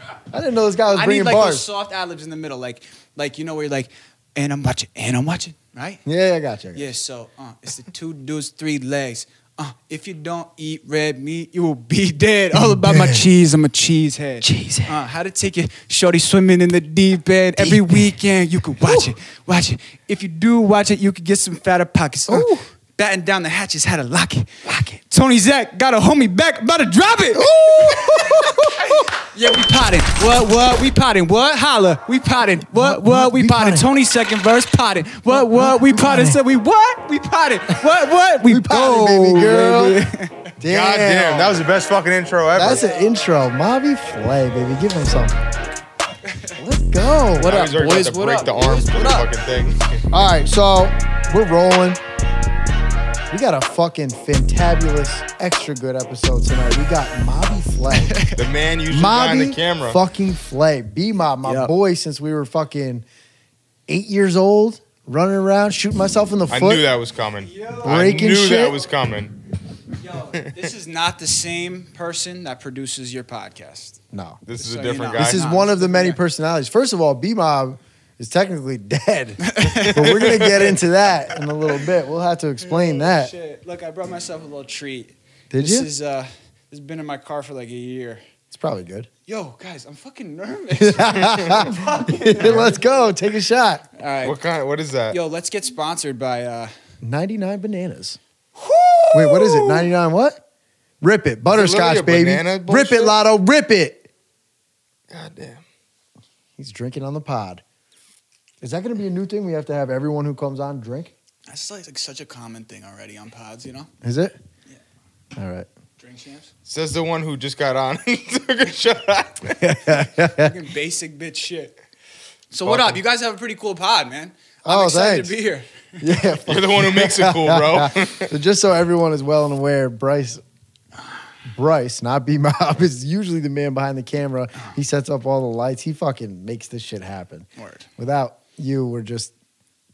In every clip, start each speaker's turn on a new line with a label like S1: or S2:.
S1: I didn't know this guy was
S2: I need
S1: bringing
S2: like
S1: bars.
S2: those soft ad libs in the middle, like like you know where you're like, and I'm watching, and I'm watching, right?
S1: yeah, I got you. I got you.
S2: Yeah, so uh, it's the two dudes, three legs. Uh, if you don't eat red meat, you will be dead. All about my cheese, I'm a cheese head.
S3: Cheese head.
S2: Uh, how to take it, shorty swimming in the deep end every
S3: Deep end.
S2: weekend. You could watch it, watch it. If you do watch it, you could get some fatter pockets. Uh,
S3: Ooh.
S2: batting down the hatches, had to lock it. Lock it. Tony Zach got a homie back, about to drop it. yeah, we potting. What, what? We potting. What? Holla. We potting. What, what? We potting. Tony second verse potting. What, what? We potting. Said we what? We potting. What, what? We,
S1: Potty, baby girl. Damn.
S4: God damn, that was the best fucking intro ever.
S1: That's an intro. Mobby Flay, baby. Give him something. Let's go.
S4: I
S1: What
S4: was already about to break the arms for the fucking thing.
S1: All right, so we're rolling. We got a fucking fantabulous, extra good episode tonight. We got Mobby Flay.
S4: the man you should find
S1: Mobby
S4: the camera.
S1: fucking Flay. B Mob, my
S2: Yep.
S1: boy, since we were fucking eight years old, running around, shooting myself in the
S4: I
S1: foot.
S4: knew that was coming.
S1: Breaking
S4: I knew
S1: shit.
S4: that was coming.
S2: Yo, this is not the same person that produces your podcast.
S1: No.
S4: This is
S2: So
S4: a
S2: you
S4: different
S2: know.
S4: guy.
S1: This is
S2: Nah,
S1: one
S2: it's
S1: of the many
S2: different.
S1: personalities. First of all, B Mob is technically dead, but we're gonna get into that in a little bit. We'll have to explain that.
S2: Oh, Shit. Look, I brought myself a little treat.
S1: Uh, Did
S2: this
S1: you?
S2: Is, uh, this has been in my car for like a year.
S1: It's probably good.
S2: Yo, guys, I'm fucking nervous. All
S1: Let's go. Take a shot.
S2: right.
S4: what kind? What is that?
S2: Yo, let's get sponsored by. uh
S1: Ninety nine bananas. Wait, what is it? Ninety nine what? Rip it, butterscotch,
S4: a
S1: baby.
S4: banana
S1: Rip it,
S4: bullshit?
S1: Lotto. Rip it.
S4: God damn.
S1: He's drinking on the pod. Is that going to be a new thing? We have to have everyone who comes on drink.
S2: That's like, like such a common thing already on pods, you know?
S1: Is it? All right.
S2: Drink champs.
S4: Says the one who just got on and took a shot.
S2: Fucking basic bitch shit. So what up? You guys have a pretty cool pod, man. I'm
S1: Oh,
S2: excited
S1: thanks.
S2: to be here.
S1: Yeah.
S4: You're the one who makes it cool, bro.
S1: so just so everyone is well and aware, Bryce, Bryce, not B Mob, is usually the man behind the camera. He sets up all the lights. He fucking makes this shit happen.
S2: Word.
S1: Without you, we're just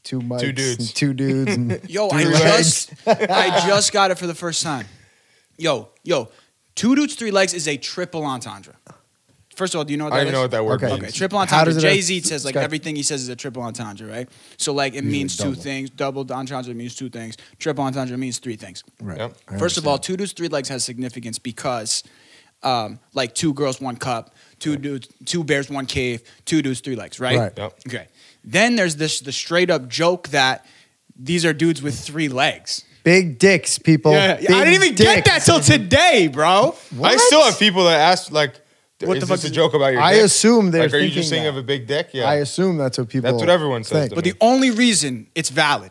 S1: two mics, and
S4: dudes.
S1: two dudes, and
S2: Yo, I
S1: three legs.
S2: just I just got it for the first time. Yo, yo, two dudes, three legs is a triple entendre. First of all, do you know what that
S4: I don't even
S2: is?
S4: know what that word
S1: Okay.
S4: means.
S2: Okay, triple
S1: How
S2: entendre.
S1: does it-
S2: Jay Z says like
S1: Scott-
S2: everything he says is a triple entendre, right? So like it means two
S1: double.
S2: things. Double entendre means two things. Triple entendre means three things.
S1: Right.
S4: Yep.
S1: I
S2: First of all, two dudes, three legs has significance because, um, like two girls, one cup, two dudes, two bears, one cave, two dudes, three legs, right?
S1: Right.
S4: Yep.
S2: Okay. Then there's this the straight up joke that these are dudes with three legs.
S1: big dicks, people.
S2: Yeah,
S1: Big
S2: I didn't even get
S1: dicks.
S2: that till today, bro.
S4: I still have people that ask like,
S2: What
S4: "Is
S2: the
S4: this
S2: fuck
S4: a
S2: is-
S4: joke about your?"
S1: I
S4: dick?
S1: assume they're
S4: Like, are you
S1: thinking
S4: just saying
S1: that.
S4: of a big dick? Yeah.
S1: I assume that's what people.
S4: That's what everyone says
S1: think.
S4: to
S2: But
S4: me.
S2: the only reason it's valid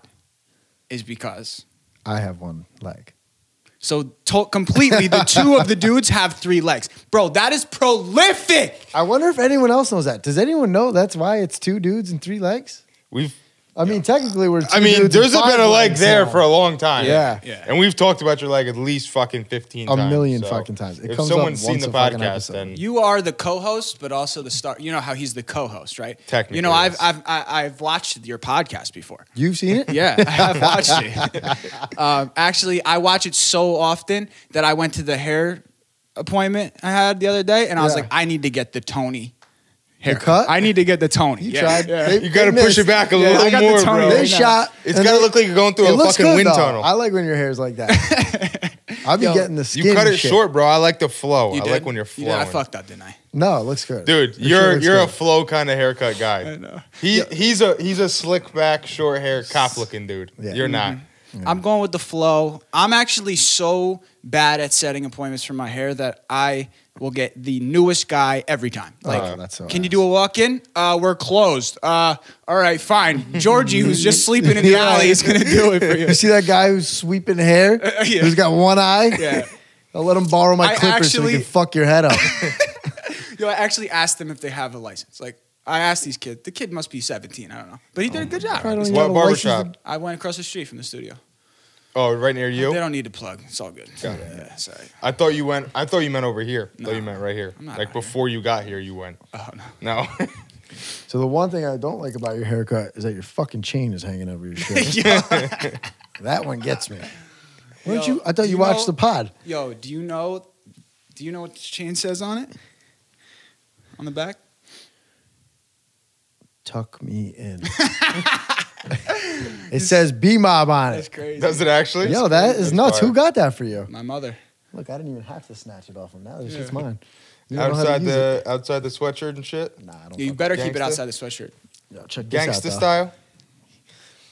S2: is because
S1: I have one leg.
S2: so to- completely the two of the dudes have three legs, bro. That is prolific.
S1: I wonder if anyone else knows that. Does anyone know that's why it's two dudes and three legs?
S4: We've.
S1: I mean, technically, we're. Two
S4: I mean,
S1: dudes and
S4: there's a
S1: five
S4: been a leg
S1: legs
S4: there
S1: now.
S4: for a long time.
S1: Yeah.
S2: Yeah.
S4: And we've talked about your leg at least fucking fifteen.
S1: A
S4: times.
S1: million
S4: so
S1: fucking times. It
S4: if
S1: comes up
S4: someone's seen
S1: once
S4: the
S1: a fucking
S4: podcast,
S1: episode.
S4: then
S2: You are the co-host, but also the star. You know how he's the co-host, right?
S4: Technically,
S2: You know, I've
S4: yes.
S2: I've I- I've watched your podcast before.
S1: You've seen it?
S2: Yeah, I have watched it. um, actually, I watch it so often that I went to the hair appointment I had the other day, and I was
S1: Yeah.
S2: like, I need to get the Tony haircut.
S1: cut?
S2: I need to get the Tony.
S1: You
S2: Yeah.
S1: tried.
S2: Yeah.
S1: They-
S4: you got to
S1: they
S4: push
S1: missed.
S4: it back a
S2: Yeah, I
S4: little
S2: got the
S4: more,
S2: Tony.
S4: bro.
S1: They
S2: Right now.
S1: shot.
S4: It's
S1: and
S4: got to
S1: they-
S4: look like you're going through
S1: it
S4: a
S1: looks
S4: fucking
S1: good,
S4: wind
S1: though.
S4: tunnel.
S1: I like when your hair's like that. I'll be
S2: Yo,
S1: getting the skin.
S4: you cut it
S1: shit.
S4: short, bro. I like the flow. I
S2: You
S4: like
S2: did?
S4: when you're
S2: You
S4: flowing.
S2: did. I fucked up, didn't I?
S1: No, it looks good,
S4: Dude,
S1: It sure
S4: you're
S1: looks
S4: you're a
S1: good.
S4: flow kind of haircut guy.
S2: know.
S4: He he's a he's a slick back, short hair, cop looking dude.
S1: Yeah. Mm-hmm.
S4: You're not.
S2: I'm going with the flow. I'm actually so bad at setting appointments for my hair that I will get the newest guy every time. Like,
S1: Oh, that's so
S2: can you
S1: nice.
S2: do a walk in? Uh, we're closed. Uh, all right, fine. Georgie, who's just sleeping in the
S1: Yeah.
S2: alley, is going to do it for you.
S1: You see that guy who's sweeping hair?
S2: yeah.
S1: Who's got one eye?
S2: Yeah.
S1: I'll let him borrow my
S2: I
S1: clippers so he
S2: actually-
S1: can fuck your head up.
S2: Yo, I actually asked them if they have a license. Like, I asked these kids. The kid must be 17. I don't know. But he did a good job.
S1: Probably don't even
S4: What
S1: have a
S4: barbershop?
S1: license
S2: I went across the street from the studio.
S4: Oh, right near
S2: They
S4: you.
S2: don't need to plug. It's all good.
S4: Got it.
S2: Yeah, sorry.
S4: I thought you went. I thought you meant over here. I thought you meant right here.
S2: not
S4: Like
S2: out here.
S4: before you got here, you went.
S2: Oh, no.
S4: No,
S1: to- So the one thing I don't like about your haircut is that your fucking chain is hanging over your shit.
S2: Yo,
S1: that one gets me. Weren't
S2: Yo,
S1: you? I thought
S2: do
S1: you
S2: you
S1: watched
S2: know-
S1: the pod.
S2: yo, do you know? Do you know what the chain says on it? on the back?
S1: Tuck me in. it says B Mob on
S2: That's
S1: it.
S2: crazy.
S4: Does it actually?
S1: Yo, that is
S4: That's
S1: nuts.
S4: fire.
S1: Who got that for you?
S2: My mother.
S1: Look, I didn't even have to snatch it off him. That was
S2: Yeah.
S1: just mine. You don't know how to
S4: outside
S1: use
S4: the outside the sweatshirt and shit?
S1: it. Nah, I don't.
S2: Yeah, you
S1: fuck-
S2: better keep it
S4: Gangsta?
S2: outside the sweatshirt.
S1: Yo, check this out,
S4: Gangsta
S1: though.
S4: style?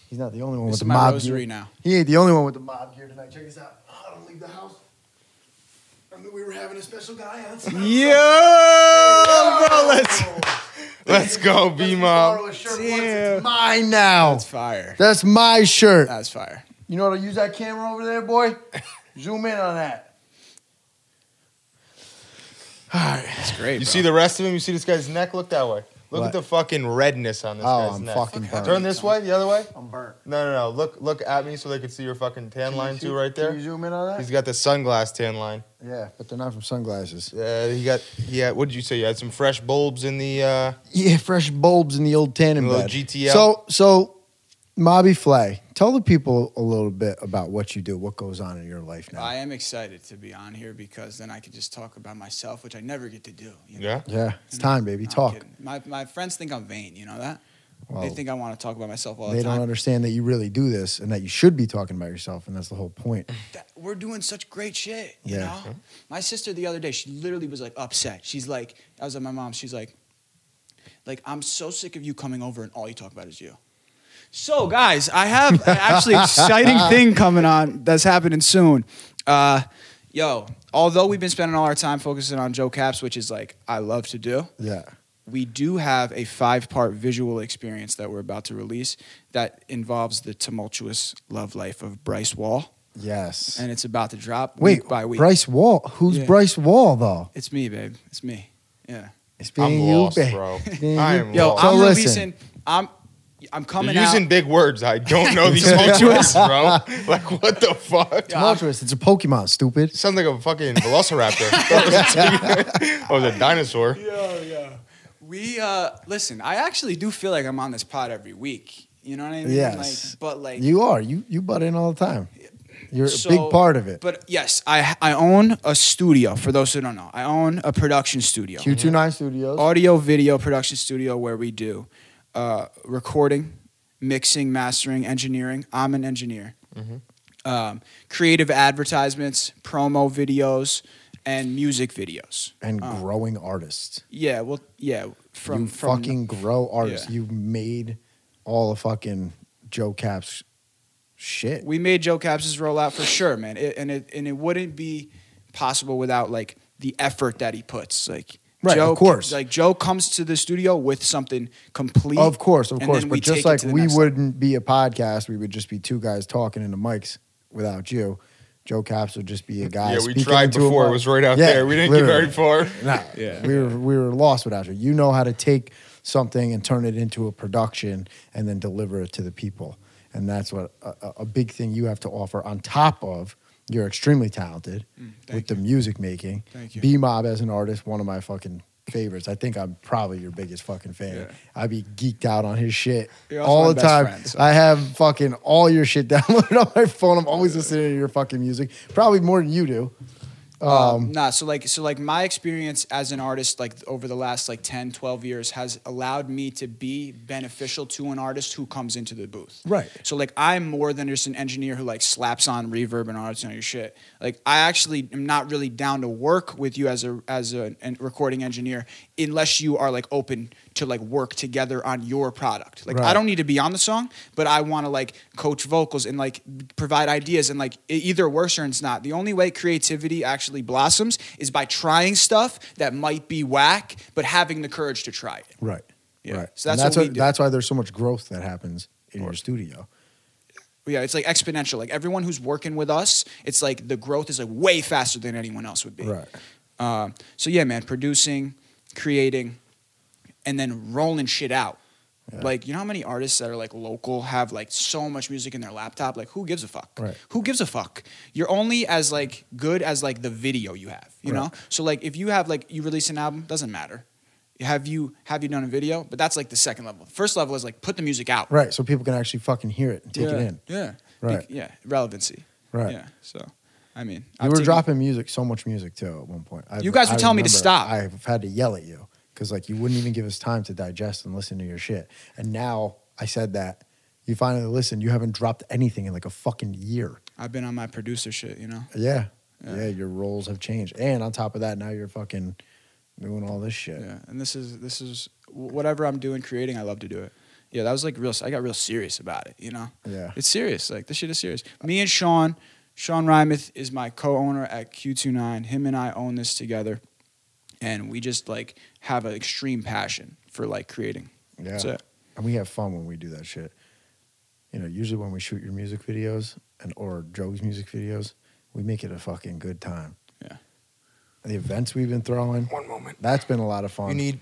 S1: He's not the only one
S2: This
S1: with
S2: is
S1: the
S2: my
S1: mob
S2: rosary
S1: gear.
S2: now.
S1: He ain't the only one with the mob gear tonight. Check this out. I don't leave the house. I knew we were having a special guy on. tonight.
S2: Yo, bro, let's.
S4: Let's go,
S1: Let me
S4: B mom.
S1: borrow a shirt once.
S2: Damn.
S1: It's mine now.
S2: That's fire.
S1: That's my shirt.
S2: That's fire.
S1: You know how to use that camera over there, boy? Zoom in on that. All right.
S2: That's great.
S4: You
S2: bro.
S4: see the rest of him? You see this guy's neck? Look that way. Look
S1: What?
S4: at the fucking redness on this
S1: Oh,
S4: guy's
S1: I'm
S4: neck.
S1: fucking burnt.
S4: Turn this way, the other way?
S1: I'm burnt.
S4: No, no, no. Look look at me so they can see your fucking tan line too right
S1: Can
S4: there.
S1: you zoom in on that?
S4: He's got the sunglass tan line.
S1: yeah, but they're not from sunglasses.
S4: Uh, he got he had what did you say? You had some fresh bulbs in the uh
S1: Yeah, fresh bulbs in the old tanning
S4: A little
S1: bed.
S4: GTL.
S1: So, so, Mobby Flay, tell the people a little bit about what you do, what goes on in your life now.
S2: I am excited to be on here because then I could just talk about myself, which I never get to do. You know?
S4: Yeah.
S1: Yeah, it's time, baby.
S2: No, I'm
S1: Talk.
S2: Mm-hmm. kidding. My, my friends think I'm vain. You know that?
S1: Well,
S2: they think I want to talk about myself all
S1: they
S2: the
S1: don't
S2: time.
S1: understand that you really do this and that you should be talking about yourself, and that's the whole point.
S2: That- we're doing such great shit. You
S1: Yeah.
S2: know? My sister the other day, she literally was like upset. She's like, I was at my mom. She's like, like I'm so sick of you coming over and all you talk about is you. So guys, I have an actually exciting thing coming on that's happening soon. Uh, yo, although we've been spending all our time focusing on Joe Caps, which is like I love to do.
S1: Yeah.
S2: we do have a five part visual experience that we're about to release that involves the tumultuous love life of Bryce Wall.
S1: Yes.
S2: And it's about to drop
S1: Wait,
S2: week by week.
S1: Bryce Wall. Who's
S2: Yeah.
S1: Bryce Wall though?
S2: It's me, babe. It's me. Yeah.
S1: It's
S4: I'm lost,
S1: ba-
S4: bro.
S1: It's being
S4: I
S1: you.
S4: am
S2: Yo,
S4: lost.
S1: So
S2: I'm
S1: listen.
S2: releasing I'm I'm
S4: You're
S2: coming
S4: using
S2: out.
S4: big words. I don't know these tumultuous, bro. Like what the fuck?
S1: Tumultuous. It's a Pokemon, stupid.
S4: Sound like a fucking velociraptor. I was a dinosaur.
S2: Yo, yo. We uh listen, I actually do feel like I'm on this pod every week. You know what I mean?
S1: Yes.
S2: Like, but like
S1: You are. You you butt in all the time. You're
S2: So-
S1: a big part of it.
S2: But yes, I I own a studio. For those who don't know, I own a production studio.
S1: Q29 Studios.
S2: audio video production studio where we do uh, recording, mixing, mastering, engineering. I'm an engineer.
S1: Mm-hmm.
S2: Um, creative advertisements, promo videos, and music videos.
S1: and
S2: Uh,
S1: growing artists.
S2: yeah, well, yeah. From
S1: you
S2: from
S1: fucking grow artists.
S2: Yeah.
S1: You made all the fucking Joe Caps shit.
S2: we made Joe Caps's rollout for sure, man. It, and it and it wouldn't be possible without like the effort that he puts, like.
S1: Right,
S2: Joe,
S1: of course.
S2: Like Joe comes to the studio with something complete.
S1: of course, of
S2: and
S1: course.
S2: then
S1: But
S2: take
S1: just
S2: it
S1: like
S2: to the
S1: we
S2: next level.
S1: wouldn't be a podcast, we would just be two guys talking into mics without you. Joe Caps would just be a guy.
S4: Yeah, we
S1: speaking
S4: tried
S1: into a
S4: before. It
S1: mic.
S4: was right out
S1: Yeah,
S4: there. We didn't
S1: literally.
S4: get very far.
S1: Nah,
S2: Yeah.
S1: we were we were lost without you. You know how to take something and turn it into a production and then deliver it to the people, and that's what a, a- a big thing you have to offer. On top of you're extremely talented
S2: Mm, thank
S1: with the music making.
S2: Thank you.
S1: B Mob as an artist, one of my fucking favorites. I think I'm probably your biggest fucking fan.
S2: Yeah.
S1: I'd be geeked out on his shit
S2: You're also
S1: all
S2: my
S1: the
S2: best
S1: time.
S2: friend, so-
S1: I have fucking all your shit downloaded on my phone. I'm always listening to your fucking music, probably more than you do.
S2: um nah so like so like my experience as an artist like over the last like 10 12 years has allowed me to be beneficial to an artist who comes into the booth
S1: Right.
S2: so like i'm more than just an engineer who like slaps on reverb and all that kind of shit like i actually am not really down to work with you as a as a an recording engineer unless you are like open to like work together on your product like i
S1: Right.
S2: don't need to be on the song but i want to like coach vocals and like provide ideas and like it either works or it's not the only way creativity actually blossoms is by trying stuff that might be whack but having the courage to try it
S1: Right.
S2: Yeah.
S1: Right.
S2: So
S1: And
S2: that's
S1: that's
S2: what
S1: why-
S2: we do.
S1: that's why there's so much growth that happens in your studio.
S2: yeah it's like exponential like everyone who's working with us it's like the growth is like way faster than anyone else would be
S1: Right.
S2: um, so yeah man producing creating and then rolling shit out like you know how many artists that are like local have like so much music in their laptop like who gives a fuck
S1: Right.
S2: who gives a fuck you're only as like good as like the video you have you know
S1: Right.
S2: so like if you have like you release an album doesn't matter have you have you done a video but that's like the second level first level is like put the music out
S1: Right. So people can actually fucking hear it and take
S2: yeah.
S1: it in.
S2: Yeah.
S1: Right.
S2: Bec- yeah. Relevancy.
S1: Right.
S2: Yeah. So, I mean,
S1: You
S2: I've
S1: were
S2: taken-
S1: dropping music, so much music too at one point. I,
S2: You guys were
S1: I
S2: telling me to
S1: remember
S2: stop.
S1: I've had to yell at you. because like you wouldn't even give us time to digest and listen to your shit. And now I said that you finally listened. You haven't dropped anything in like a fucking year.
S2: I've been on my producer shit, you know.
S1: Yeah.
S2: Yeah.
S1: Yeah, your roles have changed. And on top of that, now you're fucking doing all this shit.
S2: Yeah, and this is this is wh- whatever I'm doing creating. I love to do it. Yeah, that was like real. I got real serious about it. You know,
S1: Yeah.
S2: it's serious. Like this shit is serious. Me and Sean, Sean Rymeth is my co-owner at Q29. Him and I own this together, and we just like have an extreme passion for like creating.
S1: Yeah.
S2: That's it.
S1: and we have fun when we do that shit. You know, usually when we shoot your music videos and or Joe's music videos, we make it a fucking good time.
S2: Yeah.
S1: The events we've been throwing,
S4: One moment.
S1: that's been a lot of fun.
S4: You need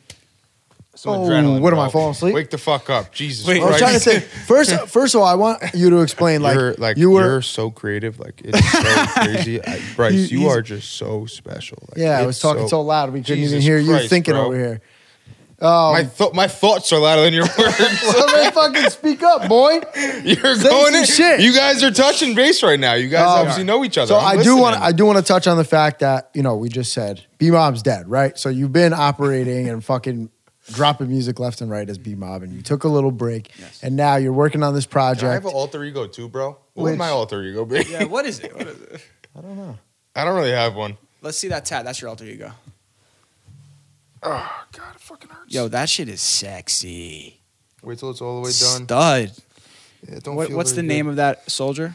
S4: some
S1: Oh,
S4: adrenaline.
S1: what am
S4: bro.
S1: I, falling asleep?
S4: Wake the fuck up, Jesus
S2: Wait,
S1: I was
S4: Christ!
S1: trying to say first. First of all, I want you to explain like,
S4: you're, like
S1: you were.
S4: are so creative, like it's so crazy. I, Bryce,
S1: You-
S4: you,
S1: he's-
S4: are just so special. Like,
S1: yeah, I
S4: it's
S1: was talking so, loud we couldn't even
S4: Jesus
S1: hear you
S4: Christ,
S1: thinking
S4: bro.
S1: over here. Um,
S4: my th- my thoughts are louder than your words.
S1: Somebody fucking speak up, boy.
S4: You're
S1: Say
S4: going
S1: some
S4: in.
S1: shit.
S4: You guys are touching base right now. You guys
S1: Um,
S4: obviously know each other.
S1: So
S4: I'm
S1: I do want
S4: listening.
S1: I do want to touch on the fact that you know we just said B Mob's dead, right? So you've been operating and fucking dropping music left and right as B Mob, and you took a little break,
S2: Yes.
S1: and now you're working on this
S4: Can I have
S1: project.
S4: an alter ego too, bro? What would
S1: Which-
S4: my alter ego be?
S2: Yeah. What is it? What is it?
S1: I don't know.
S4: I don't really have one.
S2: Let's see that tat. That's your alter ego.
S4: Oh God, it fucking hurts.
S2: Yo, that shit is sexy.
S4: wait till it's all the way done.
S2: Stud.
S4: Yeah, don't
S2: What,
S4: feel
S2: what's the
S4: very
S2: name of that soldier?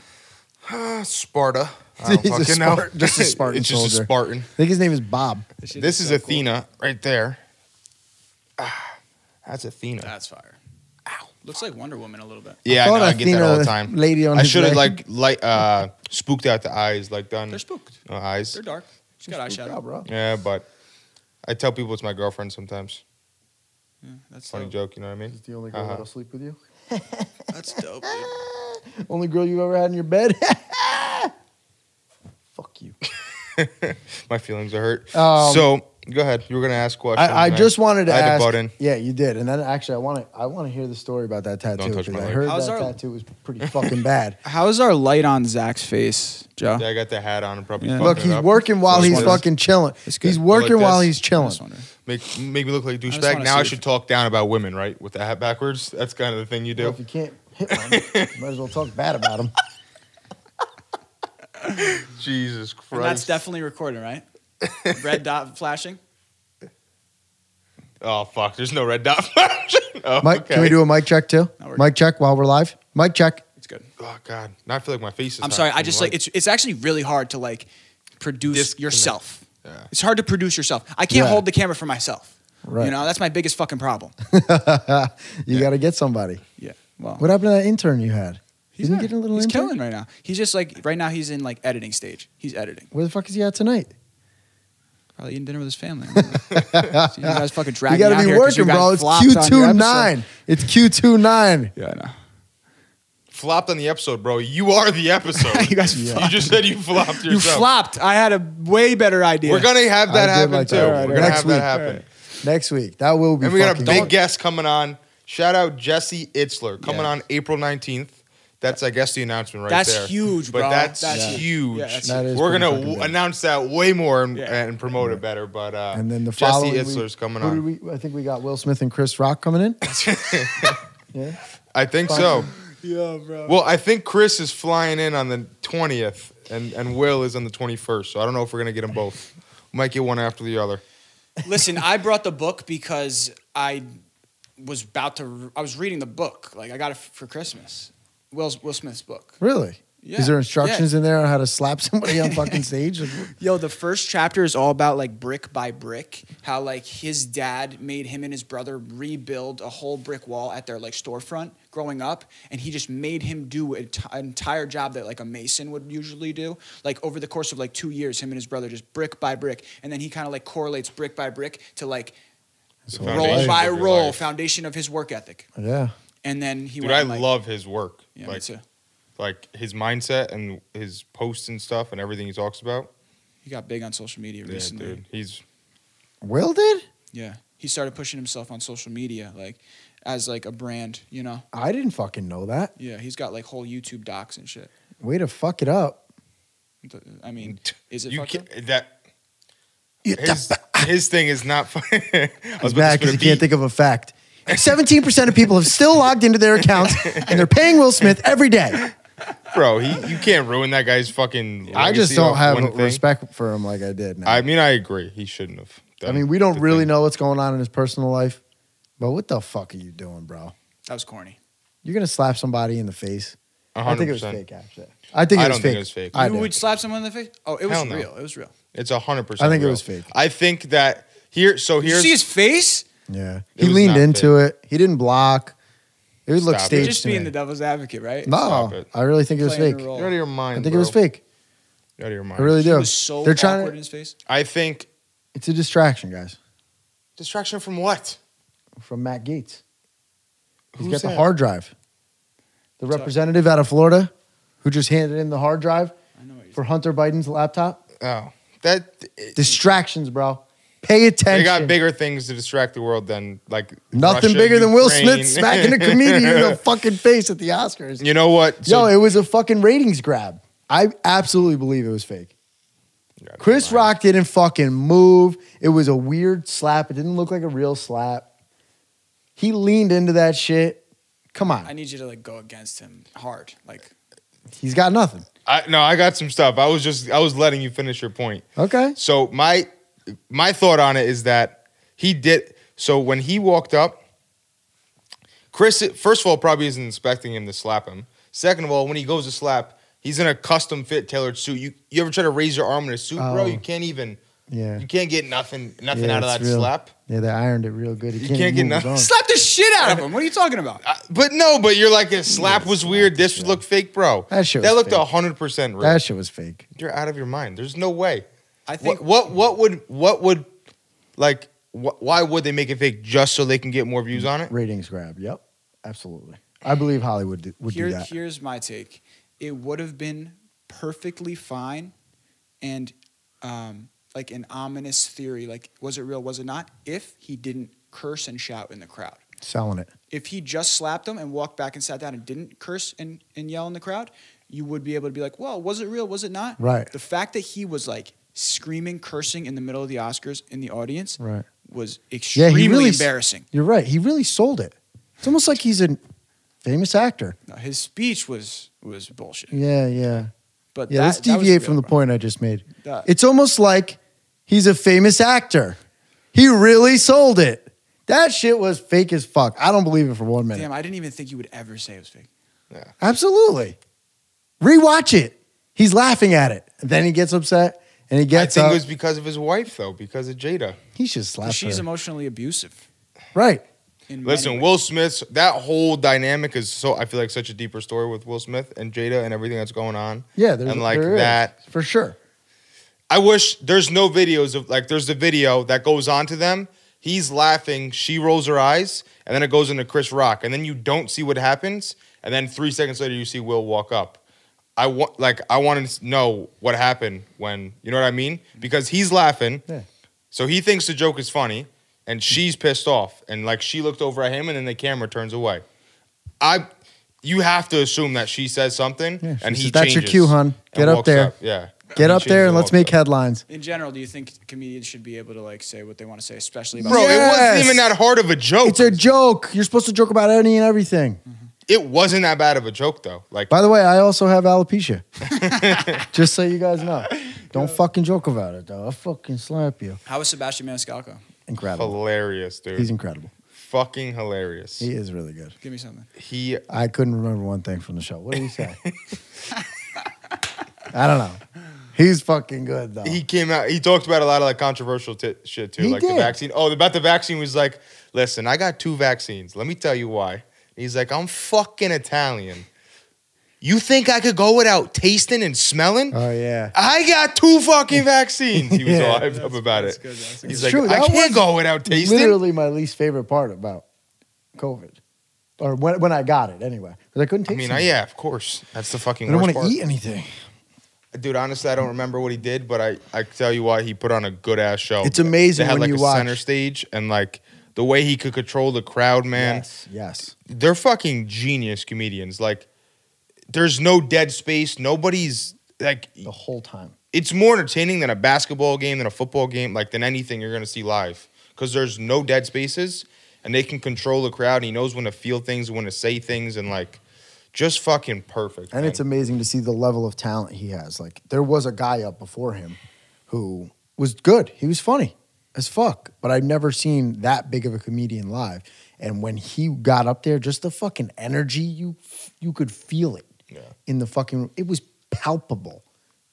S4: good. Sparta? I don't
S1: He's a
S4: fucking know.
S1: Spart- just a Spartan
S4: it's just
S1: soldier.
S4: a Spartan.
S1: I think his name is Bob.
S2: shit
S4: This is
S2: so cool.
S4: Athena right there. Ah, that's Athena.
S2: That's fire. Ow. Looks like Wonder Woman a little bit.
S4: yeah, I,
S1: thought
S4: know, I get that all
S1: Athena,
S4: the time.
S1: lady on
S4: I
S1: his
S4: should have
S1: leg.
S4: like light, uh, spooked out the eyes, like done
S2: They're spooked.
S4: uh, eyes.
S2: They're dark. She's got
S1: Good
S2: eyeshadow.
S1: job, bro.
S4: yeah, but I tell people it's my girlfriend sometimes.
S2: Yeah, that's
S4: Funny
S2: dope.
S4: joke, you know what I mean?
S1: Is the only
S4: girl
S1: girl that'll
S4: Uh-huh. that'll
S1: sleep with you?
S2: That's dope. Dude.
S1: Only girl you've ever had in your bed? Fuck you.
S4: My feelings are hurt.
S1: Um,
S4: so go ahead. You were gonna ask questions.
S1: I, I
S4: and
S1: just wanted to
S4: I had
S1: ask.
S4: To butt in.
S1: Yeah, you did, and then actually, I want to. I want to hear the story about that tattoo
S4: touch
S1: because
S4: my
S1: I
S4: leg.
S1: heard
S2: How's
S1: that
S2: our-
S1: tattoo was pretty fucking bad.
S2: How is our light on Zach's face, Joe?
S4: Yeah, I got the hat on and probably.
S2: Yeah.
S4: fucked
S1: Look,
S4: it
S1: he's
S4: up.
S1: working while
S4: Just
S1: he's
S4: wanted to
S1: fucking chilling.
S2: It's good.
S1: He's
S2: I
S4: like
S1: working while
S4: this.
S1: he's
S2: I'm
S1: chilling.
S2: just wondering.
S4: Make make me look like a
S2: just
S4: douchebag.
S2: wanna
S4: Now
S2: see
S4: I
S2: if-
S4: should talk down about women, right? With the hat backwards. That's kind of the thing you
S1: Well, if
S4: do.
S1: you can't hit one, you might as well talk bad about him.
S4: Jesus
S2: And that's
S4: Christ.
S2: definitely recording, right? Red dot flashing.
S4: oh fuck. There's no red dot. oh,
S1: Mike,
S4: okay.
S1: can we do a mic check too?
S2: No, we're
S1: Mic check while we're live. Mic check.
S2: It's good.
S4: Oh god. Now I feel like my face is.
S2: I'm
S4: hot
S2: sorry. I
S4: from
S2: just
S4: the
S2: like it's it's actually really hard to like produce
S4: Disconnect.
S2: yourself.
S4: Yeah.
S2: It's hard to produce yourself. I can't
S1: Yeah.
S2: hold the camera for myself.
S1: Right.
S2: You know, that's my biggest fucking problem.
S1: You got to get somebody.
S2: yeah. Well,
S1: What happened to that intern you had?
S2: he's,
S1: Isn't
S2: not-
S1: he getting a little
S2: he's
S1: intern?
S2: killing right now. He's just like right now he's in like editing stage. He's editing.
S1: Where the fuck is he at tonight?
S2: Probably eating dinner with his family. I don't know. See, you guys fucking dragging
S1: you
S2: me
S1: got
S2: out
S1: to be
S2: here 'cause you
S1: working,
S2: guys
S1: bro. It's
S2: flopped on your episode.
S1: Q29. It's Q29.
S2: Yeah, I know.
S4: flopped on the episode, bro. You are the episode.
S2: you guys flopped.
S4: You just said you flopped yourself.
S2: You flopped. I had a way better idea.
S4: We're gonna have that
S1: I did
S4: happen
S1: like
S4: too.
S1: that.
S4: we're gonna
S1: Next
S4: have
S1: week.
S4: that happen.
S1: Next week. That will be
S4: And we got a
S1: fucking-
S4: big guest coming on. Shout out Jesse Itzler coming
S2: Yeah.
S4: on April 19th. That's I guess the announcement right
S2: That's
S4: there.
S2: huge,
S4: but
S2: bro.
S4: That's,
S2: That's Yeah.
S4: huge.
S2: Yeah, that's
S1: That huge. is
S4: We're
S1: pretty
S4: gonna
S1: fucking
S4: w-
S1: big.
S4: announce that way more and,
S2: Yeah.
S4: and promote it better. But uh,
S1: And then the
S4: Jesse
S1: following
S4: Itzler's
S1: week-
S4: coming
S1: who
S4: on.
S1: did we- I think we got Will Smith and Chris Rock coming in. yeah.
S4: I think so.
S2: Yeah, bro.
S4: Well, I think Chris is flying in on the 20th, and and Will is on the 21st. So I don't know if we're gonna get them both. We might get one after the other.
S2: Listen, I brought the book because I was about to. I was reading the book. Like I got it f- for Christmas. Will Will Smith's book.
S1: Really?
S2: Yeah.
S1: Is there instructions in there on how to slap somebody on fucking stage? Like,
S2: Yo, the first chapter is all about like brick by brick, how like his dad made him and his brother rebuild a whole brick wall at their like storefront growing up, and he just made him do an enti- an entire job that like a mason would usually do. Like over the course of like two years, him and his brother just brick by brick, and then he kind of like correlates brick by brick to like
S1: so-
S2: roll
S4: Foundation
S2: by
S4: of your
S2: roll,
S4: life.
S2: foundation of his work ethic.
S1: Yeah.
S2: And then he
S4: Dude,
S2: went.
S4: I
S2: and, like,
S4: love his work.
S2: Yeah, me
S4: like,
S2: too.
S4: like his mindset and his posts and stuff and everything he talks about.
S2: He got big on social media recently.
S4: Yeah, dude, he's
S1: Will did?
S2: Yeah, he started pushing himself on social media, like as like a brand, you know.
S1: I didn't fucking know that.
S2: Yeah, he's got like whole YouTube docs and shit.
S1: Way to fuck it up.
S2: I mean, is it
S4: you
S2: fucked up?
S4: ca- that his, his thing is not. Fun. I was
S1: He's
S4: about
S1: mad
S4: to
S1: because
S4: spit a
S1: he can't
S4: beat.
S1: think of a fact. 17% of people have still logged into their accounts and they're paying Will Smith every day.
S4: bro. He, you can't ruin that guy's fucking.
S1: I just
S4: legacy
S1: don't
S4: off
S1: have
S4: one thing.
S1: respect for him like I did now.
S4: I
S1: I,
S4: mean, I agree. He shouldn't have. done
S1: mean, we don't
S4: the
S1: really
S4: thing.
S1: know what's going on in his personal life, but what the fuck are you doing, bro?
S2: That was corny.
S1: You're going to slap somebody in the face.
S4: A
S1: I
S4: hundred
S1: think it was
S4: percent.
S1: fake, actually. I think it was
S4: I don't
S1: fake.
S4: think it was fake.
S1: I
S2: you
S1: do.
S2: would slap someone in the face? Oh, it was
S4: Hell no.
S2: real. It was real.
S4: It's a hundred percent.
S1: I think it
S4: real.
S1: was fake.
S4: I think that here. So
S2: Did you
S4: here's
S2: see his face?
S1: yeah.
S4: It
S1: He
S4: was
S1: leaned
S4: not
S1: into it. He didn't block. It would look
S4: Stop it.
S1: staged.
S2: Just
S1: to
S2: being
S1: me.
S2: the devil's advocate, right?
S1: no,
S4: Stop it.
S1: I really think it was
S2: Playing a
S1: fake.
S2: role.
S4: You're out of your mind.
S1: I think it was
S4: bro.
S1: fake.
S4: You're out of your mind.
S1: I really
S2: He
S1: do.
S2: was so
S1: They're
S2: awkward
S1: trying
S2: in
S1: to,
S2: his face.
S4: I think
S1: it's a distraction, guys.
S4: distraction from what?
S1: from Matt Gates. He's
S4: Who's
S1: got the
S4: that?
S1: hard drive. The
S2: Sorry.
S1: representative out of Florida who just handed in the hard drive
S2: I know what you're
S1: for Hunter Biden's laptop.
S4: Oh, that
S1: Distractions, bro. Pay attention.
S4: they got bigger things to distract the world than like
S1: Nothing
S4: Russia,
S1: bigger than Will
S4: Ukraine.
S1: Smith smacking a comedian in the fucking face at the Oscars.
S4: You know what?
S1: Yo,
S4: So-
S1: it was a fucking ratings grab. I absolutely believe it was fake.
S4: You're out of your
S1: Chris
S4: mind.
S1: Rock didn't fucking move. It was a weird slap. It didn't look like a real slap. He leaned into that shit. Come
S2: I
S1: on.
S2: need you to like go against him hard. Like
S1: He's got nothing.
S4: I, no, I got some stuff. I was just I was letting you finish your point.
S1: Okay.
S4: So my my thought on it is that he did so when he walked up, Chris first of all probably isn't expecting him to slap him. Second of all, when he goes to slap, he's in a custom fit tailored suit. You you ever try to raise your arm in a suit, bro?
S1: Oh.
S4: You can't even
S1: Yeah.
S4: you can't get nothing nothing
S1: Yeah,
S4: out of
S1: it's
S4: that
S1: real.
S4: slap.
S1: Yeah, they ironed it real good. He
S4: You
S1: can't,
S4: can't get
S1: even move
S4: nothing.
S1: his
S2: slap the shit out of him. What are you talking about?
S4: I- but no, but you're like a slap was weird. This
S1: yeah.
S4: looked fake, bro.
S1: That shit was
S4: looked
S1: fake.
S4: hundred percent real.
S1: arm. That shit was fake.
S4: you're out of your mind. There's no way.
S2: I think
S4: What, what what would what would like wh- why would they make it fake just so they can get more views on it?
S1: Ratings grab. Yep, absolutely. I believe Hollywood do, would
S2: here,
S1: do that.
S2: here's my take. It would have been perfectly fine and um, like an ominous theory, like was it real, was it not, if he didn't curse and shout in the crowd.
S1: Selling it.
S2: If he just slapped him and walked back and sat down and didn't curse and, and yell in the crowd, you would be able to be like, well, was it real, was it not?
S1: Right.
S2: The fact that he was like screaming, cursing in the middle of the Oscars in the audience
S1: Right.
S2: was
S1: Yeah,
S2: extremely
S1: he really s-
S2: embarrassing.
S1: You're right. He really sold it. It's almost like he's a famous actor.
S2: No, his speech was was bullshit.
S1: Yeah, yeah,
S2: But
S1: yeah.
S2: that-
S1: let's
S2: that was
S1: deviate
S2: real,
S1: from the
S2: bro.
S1: point I just made.
S2: That-
S1: It's almost like he's a famous actor. He really sold it. That shit was fake as fuck. I don't believe it for one minute.
S2: Damn, I didn't even think you would ever say it was fake.
S1: Absolutely. Rewatch it. He's laughing at it. And then he gets upset and he
S4: I
S1: gets
S4: think
S1: up.
S4: it was because of his wife though, because of Jada.
S1: he should slap
S2: She's
S1: her.
S2: emotionally abusive.
S1: right.
S2: In
S4: Listen,
S2: many
S4: Will Smith's that whole dynamic is so I feel like such a deeper story with Will Smith and Jada and everything that's going on.
S1: Yeah, there's
S4: and like
S1: there is,
S4: that.
S1: for sure.
S4: I wish there's no videos of like there's the video that goes on to them. He's laughing, she rolls her eyes, and then it goes into Chris Rock, and then you don't see what happens, and then three seconds later you see Will walk up. I want like I want to know what happened when you know what I mean because he's laughing,
S1: Yeah.
S4: so he thinks the joke is funny, and she's pissed off, and like she looked over at him, and then the camera turns away. I you have to assume that she says something,
S1: Yeah, she
S4: and he
S1: said, "That's your
S4: changes
S1: cue, hun.
S4: and
S1: Get up
S4: walks
S1: there.
S4: yeah.
S1: Get
S4: He
S1: up
S4: changes
S1: there and let's
S4: walks
S1: make
S4: up.
S1: headlines.
S2: ways. In general, do you think comedians should be able to like say what they want to say, especially about
S4: Bro, it
S1: Yes.
S4: wasn't even that hard of a joke.
S1: It's a joke. You're supposed to joke about any and everything.
S4: it wasn't that bad of a joke though. Like
S1: By the way, I also have alopecia. Just so you guys know. Don't fucking joke about it, though. I'll fucking slap you.
S2: how is Sebastian Maniscalco?
S1: Incredible.
S4: hilarious, dude.
S1: He's incredible.
S4: Fucking hilarious.
S1: He
S4: He,
S1: is really good.
S2: Give me something.
S1: I couldn't remember one thing from the show. What did he say? I don't know. He's fucking good though.
S4: he came out. He talked about a lot of like controversial t- shit too,
S1: oh. He
S4: like
S1: did.
S4: the vaccine. Oh, about the vaccine he was like, listen, I got two vaccines. Let me tell you why. He's like, I'm fucking Italian. You think I could go without tasting and smelling?
S1: oh yeah.
S4: I got two fucking vaccines. He was
S1: Yeah.
S4: all hyped up about
S2: that's
S4: it.
S2: good, that's good.
S1: It's
S4: He's like,
S1: true,
S4: I
S1: that
S4: can't
S1: was
S4: go without tasting.
S1: Literally my least favorite part about COVID, or when, when I got it anyway, because I couldn't
S4: I
S1: taste.
S4: mean, I,
S1: anything.
S4: yeah, of course. That's the fucking
S1: I don't
S4: worst
S1: want
S4: part.
S1: to eat anything.
S4: Dude, honestly, I don't remember what he did, but I I can tell you why he put on a good ass show.
S1: It's amazing
S4: They
S1: when
S4: had like
S1: you
S4: a
S1: watch.
S4: center stage and like the way he could control the crowd, man.
S1: yes, yes.
S4: They're fucking genius comedians. Like, there's no dead space. Nobody's like
S1: The whole time.
S4: it's more entertaining than a basketball game, than a football game, like than anything you're gonna see live. Because there's no dead spaces and they can control the crowd and he knows when to feel things and when to say things and like just fucking perfect.
S1: And it's
S4: man.
S1: amazing to see the level of talent he has. Like there was a guy up before him who was good. He was funny as fuck, but I've never seen that big of a comedian live. And when he got up there, just the fucking energy you you could feel it
S4: Yeah.
S1: in the fucking. It was palpable,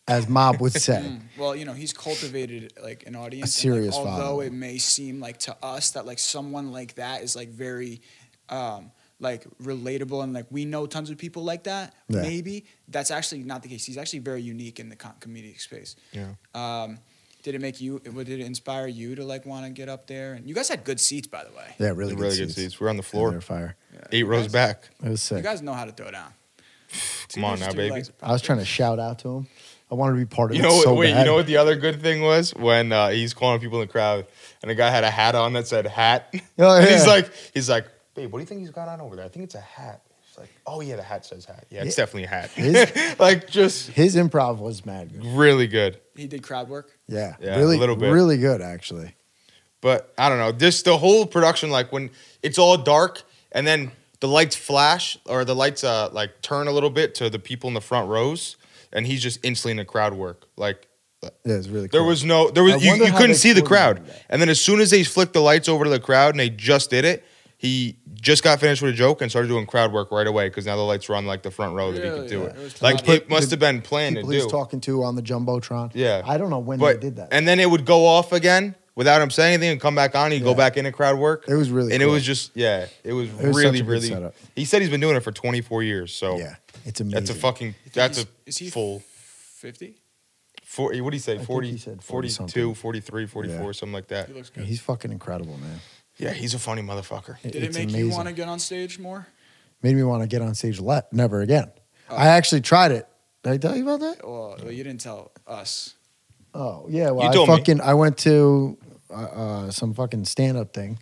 S1: as Mob would
S4: Mm.
S1: say.
S2: Well, you know, he's cultivated like an audience.
S1: A
S2: and, like,
S1: serious
S2: although
S1: following.
S2: it may seem like to us that like someone like that is like very um like relatable and like we know tons of people like that.
S1: Yeah.
S2: Maybe that's actually not the case. He's actually very unique in the com- comedic space.
S4: Yeah.
S2: Um did it make you what did it inspire you to like want to get up there? And you guys had good seats by the way.
S1: yeah, really,
S4: They're really good seats. We're on the
S1: And
S4: floor.
S1: they're fire.
S4: Eight
S2: You
S4: rows
S2: guys-
S4: back.
S1: It was sick.
S2: You guys know how to throw down.
S4: Come on now, baby.
S1: I was trying to shout out to him. I wanted to be part of
S4: You
S1: it
S4: know,
S1: so
S4: wait.
S1: bad.
S4: You know what the other good thing was when uh, he's calling people in the crowd, and the guy had a hat on that said "hat."
S1: Oh,
S4: and he's
S1: yeah.
S4: like, he's like, babe, what do you think he's got on over there? I think it's a hat. She's like, oh yeah, the hat says hat. Yeah, it's
S1: Yeah.
S4: definitely a hat.
S1: His-
S4: like just
S1: His improv was mad good.
S4: really good.
S2: He did crowd work.
S1: Yeah,
S4: Yeah, a
S1: really,
S4: little bit.
S1: really good actually.
S4: But I don't know. This the whole production, like when it's all dark and then the lights flash or the lights uh like turn a little bit to the people in the front rows, and he's just instantly in the crowd work. Like
S1: Yeah, it was really.
S4: There
S1: cool.
S4: was no, there
S1: I
S4: was you,
S1: wonder
S4: you
S1: how
S4: couldn't
S1: they
S4: see the crowd.
S1: coordinated that.
S4: And then as soon as they flicked the lights over to the crowd and they just did it, he just got finished with a joke and started doing crowd work right away because now the lights were on like the front row that he
S2: Really?
S4: could do
S2: Yeah.
S4: it.
S2: It was
S4: like
S2: planned.
S4: it must have been planned to
S1: people he's
S4: do.
S1: talking to on the jumbotron.
S4: Yeah.
S1: I don't know when
S4: But
S1: they did that.
S4: and then it would go off again without him saying anything and come back on. He'd
S1: Yeah.
S4: go back into crowd work.
S1: It was really
S4: and it
S1: cool.
S4: was just yeah, it was,
S1: was such a
S4: really
S1: good
S4: really.
S1: setup.
S4: He said he's been doing it for 24 years, so
S1: yeah, it's amazing.
S4: that's a fucking that's a
S2: He's- is he
S4: full.
S2: fifty?
S4: Four, what do you say?
S1: think
S4: 40,
S1: he said 40 something.
S4: 42, 43, 44, something like that.
S2: He looks good.
S1: He's fucking incredible, man.
S4: Yeah, he's a funny motherfucker.
S1: It-
S2: Did
S1: it's
S2: it make
S1: amazing.
S2: you want to get on stage more?
S1: Made me want to get on stage. Let never again.
S2: Oh.
S1: I actually tried it. Did I tell you about that?
S2: Well, well, you didn't tell us.
S1: Oh yeah. Well,
S4: You
S1: I
S4: told me.
S1: fucking I went to uh, uh, some fucking stand up thing,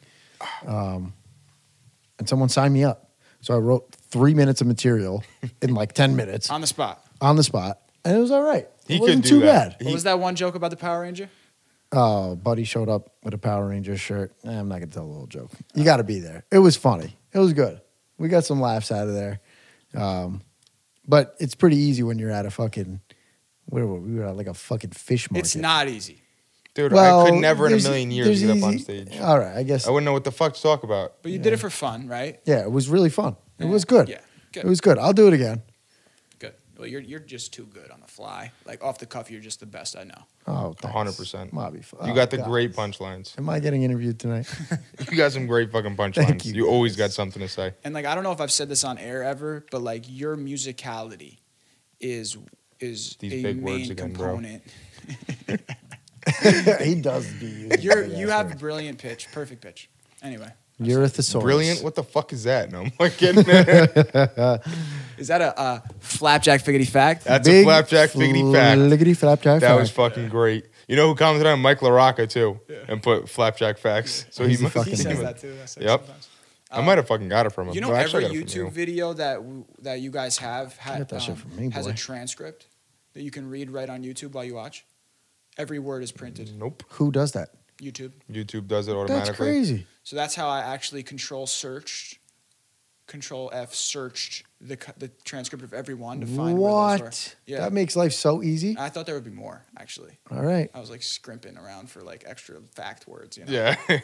S1: um, and someone signed me up. So I wrote three minutes of material in like ten minutes
S2: On the spot.
S1: on the spot, and it was all right.
S4: He
S1: it
S4: could
S1: wasn't
S4: do
S1: too
S4: that.
S1: bad.
S2: What was that one joke about the Power Ranger?
S1: Oh, buddy showed up with a Power Ranger shirt. Eh, I'm not gonna tell the little joke. You got to be there. It was funny. It was good. We got some laughs out of there. Um, but it's pretty easy when you're at a fucking where were we? we were at like a fucking fish market.
S2: It's not easy.
S4: Dude,
S1: Well,
S4: I could never in a
S1: there's-
S4: million
S1: there's
S4: years get up on
S1: easy-
S4: stage.
S1: All right, I guess.
S4: I wouldn't know what the fuck to talk about.
S2: But you did it for fun, right?
S1: yeah, it was really fun. It was good.
S2: Yeah. Good.
S1: It was good. I'll do it again.
S2: good. Well, you're, you're just too good on the fly. Like off the cuff, you're just the best I know.
S1: Oh,
S4: A hundred percent.
S1: Mobby.
S4: You got the great punchlines.
S1: oh, Am I getting interviewed tonight?
S4: You got some great fucking
S1: Thank
S4: punchlines.
S1: you.
S4: You always got something to say.
S2: And like I don't know if I've said this on air ever, but like your musicality is is
S4: These
S2: a
S4: big
S2: main
S4: words again, bro.
S2: component.
S1: he does be you.
S2: You're you have brilliant pitch, perfect pitch. Anyway,
S1: You're a thesaurus.
S4: Brilliant. What the fuck is that? No, I'm like kidding. man.
S2: is that a, uh flapjack figgity fact?
S4: That's a
S1: Big
S4: flapjack figgity fact.
S1: Fliggity flapjack
S4: That was
S1: fact.
S4: fucking great. You know who commented on it? Mike LaRocca too, and put flapjack facts. So
S1: He's a
S4: he must.
S1: fucking
S2: he says
S1: good.
S2: that too. I say
S4: Yep.
S2: sometimes.
S4: I might have fucking got it from him.
S2: You know,
S4: No, actually,
S2: every
S4: I got it from
S2: YouTube
S4: you.
S2: video that w- that you guys have ha-
S1: Get that shit
S2: um,
S1: from me,
S2: has a
S1: boy.
S2: transcript that you can read right on YouTube while you watch. Every word is printed.
S4: Nope.
S1: Who does that?
S2: YouTube.
S4: YouTube does it
S1: That's
S4: automatically.
S1: crazy.
S2: So that's how I actually control searched, control F searched the cu- the transcript of every one to find where those
S1: What?
S2: were. Yeah. Uh,
S1: That makes life so easy.
S2: I thought there would be more actually.
S1: All right.
S2: I was like scrimping around for like extra fact words, you know.
S4: Yeah.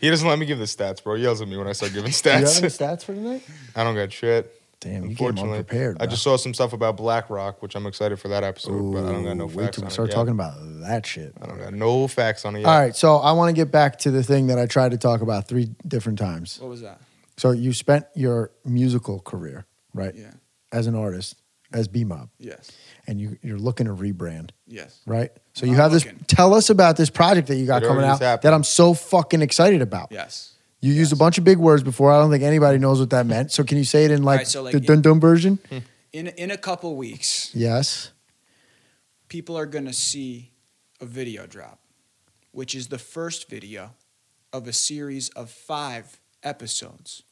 S4: he doesn't let me give the stats, bro. He yells at me when I start giving
S1: Do you have
S4: stats.
S1: any stats for tonight?
S4: I don't got shit.
S1: Damn, you came
S4: Unfortunately,
S1: unprepared.
S4: I just saw some stuff about BlackRock, which I'm excited for that episode, but I don't got no
S1: wait
S4: facts
S1: till
S4: on
S1: we
S4: it.
S1: start
S4: yet.
S1: talking about that shit.
S4: I don't got no facts on it. Yet.
S1: All right, so I want to get back to the thing that I tried to talk about three different times.
S2: What was that?
S1: So you spent your musical career, right?
S2: Yeah.
S1: As an artist, as B Mob,
S2: Yes.
S1: and you, you're looking to rebrand,
S2: Yes.
S1: right? So
S2: I'm
S1: you have this.
S2: looking.
S1: Tell us about this project that you got
S4: It
S1: coming
S4: already
S1: out
S4: is happening.
S1: that I'm so fucking excited about.
S2: Yes.
S1: You used a bunch of big words before. I don't think anybody knows what that meant. So can you say it in like,
S2: Right, so, like,
S1: the
S2: it-
S1: dun dun version?
S2: In in a couple weeks.
S1: yes.
S2: people are going to see a video drop, which is the first video of a series of five episodes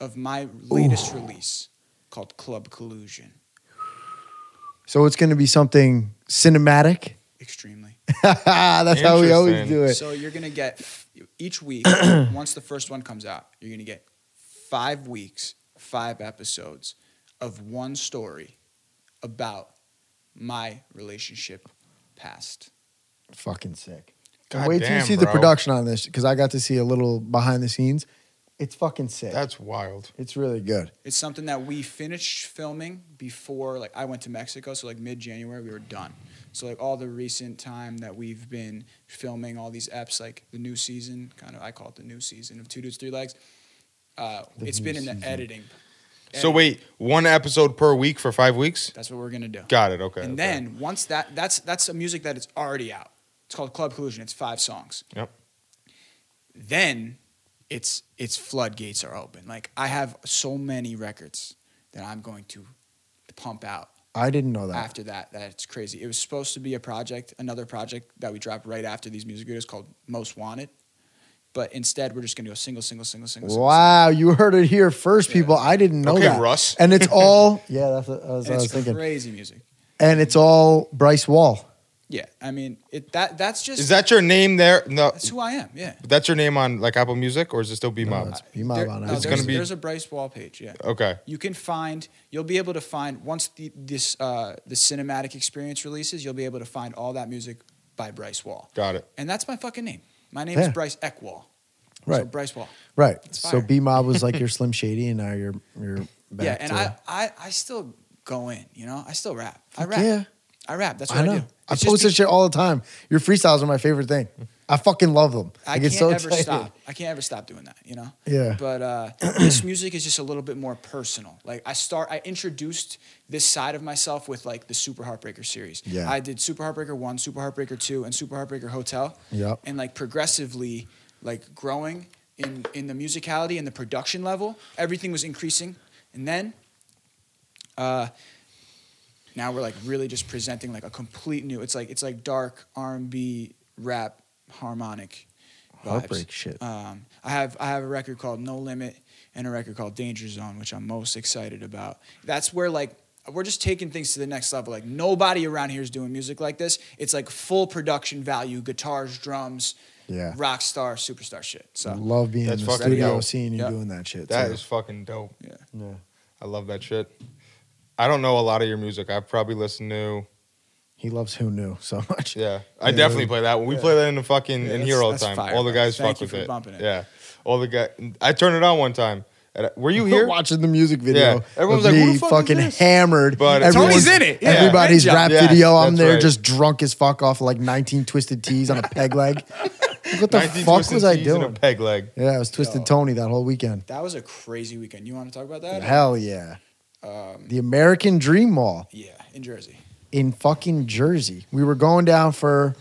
S2: of my latest release called Club Collusion.
S1: So it's going to be something cinematic.
S2: Extremely.
S1: That's how we always
S4: Interesting.
S1: do it.
S2: So you're gonna get each week. once the first one comes out, you're gonna get five weeks, five episodes of one story about my relationship past.
S1: Fucking sick.
S4: God
S1: Wait till you
S4: damn,
S1: see the
S4: bro.
S1: production on this because I got to see a little behind the scenes. It's fucking sick.
S4: That's wild.
S1: it's really good.
S2: It's something that we finished filming before, like I went to Mexico, so like mid-January we were done. So like all the recent time that we've been filming all these eps, like the new season, kind of I call it the new season of Two Dudes Three Legs. Uh,
S1: The
S2: it's
S1: new
S2: been in
S1: season.
S2: the editing.
S4: So wait, one episode per week for five weeks?
S2: That's what we're gonna do.
S4: Got it. Okay.
S2: and
S4: okay.
S2: then once that that's that's a music that it's already out. It's called Club Collusion. It's five songs.
S4: Yep.
S2: Then it's it's floodgates are open. Like I have so many records that I'm going to pump out
S1: I didn't know that.
S2: after that. That's crazy. It was supposed to be a project, another project that we dropped right after these music videos called Most Wanted. But instead, we're just going to go single, single, single, single. single,
S1: Wow, you heard it here first, people. I didn't know
S4: Okay,
S1: that.
S4: Russ.
S1: And it's all yeah. That's what, that's what
S2: single.
S1: I
S2: And
S1: was
S2: it's
S1: thinking.
S2: crazy music.
S1: And it's all Bryce Wall.
S2: Yeah, I mean, it that that's just
S4: Is that your name there? No.
S2: that's who I am. Yeah.
S4: That's your name on like Apple Music or is it still B Mob?
S1: That's be my
S2: There-
S1: one.
S2: no,
S1: It's
S2: there's,
S1: gonna
S4: be-
S2: there's a Bryce Wall page. Yeah.
S4: Okay.
S2: You can find. You'll be able to find once the this uh, the cinematic experience releases. You'll be able to find all that music by Bryce Wall.
S4: Got it.
S2: And that's my fucking name. My name
S1: Yeah.
S2: is Bryce Eckwall. So
S1: Right.
S2: Bryce Wall.
S1: right.
S2: It's
S1: So
S2: fire.
S1: B Mob was like your Slim Shady, and now you're you're back
S2: yeah, and
S1: to,
S2: I, I I still go in. You know, I still rap. I rap.
S1: yeah.
S2: I rap. That's what
S1: I
S2: I,
S1: know.
S2: do.
S1: I
S2: It's just
S1: post
S2: be-
S1: this shit all the time. Your freestyles are my favorite thing. I fucking love them. I,
S2: I
S1: get
S2: can't
S1: so
S2: ever
S1: excited.
S2: stop. I can't ever stop doing that, you know?
S1: Yeah.
S2: But uh, this music is just a little bit more personal. Like I start I introduced this side of myself with like the Super Heartbreaker series.
S1: Yeah.
S2: I did Super Heartbreaker 1, Super Heartbreaker 2, and Super Heartbreaker Hotel.
S1: Yep.
S2: And like progressively like growing in in the musicality and the production level, everything was increasing. And then uh now we're like really just presenting like a complete new it's like it's like dark R&B rap harmonic vibes.
S1: Heartbreak shit.
S2: Um, I have I have a record called No Limit and a record called Danger Zone, which I'm most excited about. That's where like we're just taking things to the next level. Like nobody around here is doing music like this. It's like full production value, guitars, drums,
S1: Yeah.
S2: rock star, superstar shit. So
S1: love being
S4: That's
S1: in the
S4: fucking
S1: studio,
S4: dope.
S1: seeing you
S2: Yeah.
S1: doing that shit.
S4: That
S1: too.
S4: is fucking dope.
S2: yeah.
S1: yeah.
S4: I love that shit. I don't know a lot of your music. I've probably listened to.
S1: He loves Who Knew so much.
S4: Yeah, I
S1: Yeah.
S4: definitely play that one. We play that in the fucking
S2: Yeah,
S4: in
S2: that's-
S4: here all the
S2: that's
S4: time.
S2: fire,
S4: all the
S2: bro.
S4: guys
S2: Thank
S4: fuck
S2: you
S4: with
S2: for
S4: it.
S2: bumping it.
S4: Yeah, all the guys. I turned it on one time. And I- Were you here?
S1: watching the music video.
S4: Yeah. Everyone's
S1: of
S4: like, who
S1: me
S4: the fuck is
S1: fucking
S4: this?
S1: hammered.
S4: But-
S1: Everyone's-
S2: Tony's in it. Yeah.
S1: Everybody's
S2: Great job.
S1: rap
S4: Yeah,
S1: video. I'm
S4: that's
S1: there
S4: right.
S1: just drunk as fuck off like 19 twisted tees on a peg leg. Like, what the
S4: 19
S1: fuck
S4: twisted
S1: was I
S4: tees and
S1: doing?
S4: A peg leg.
S1: Yeah, I was twisted
S2: Yo.
S1: Tony that whole weekend.
S2: That was a crazy weekend. You want to talk about that?
S1: Hell yeah.
S2: Um,
S1: The American Dream Mall.
S2: yeah, in Jersey.
S1: in fucking Jersey. We were going down for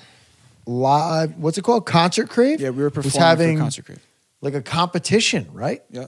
S1: live. What's it called? Concert Crave.
S2: Yeah, we were performing
S1: was having
S2: for Concert Crew.
S1: like a competition, right?
S2: Yeah.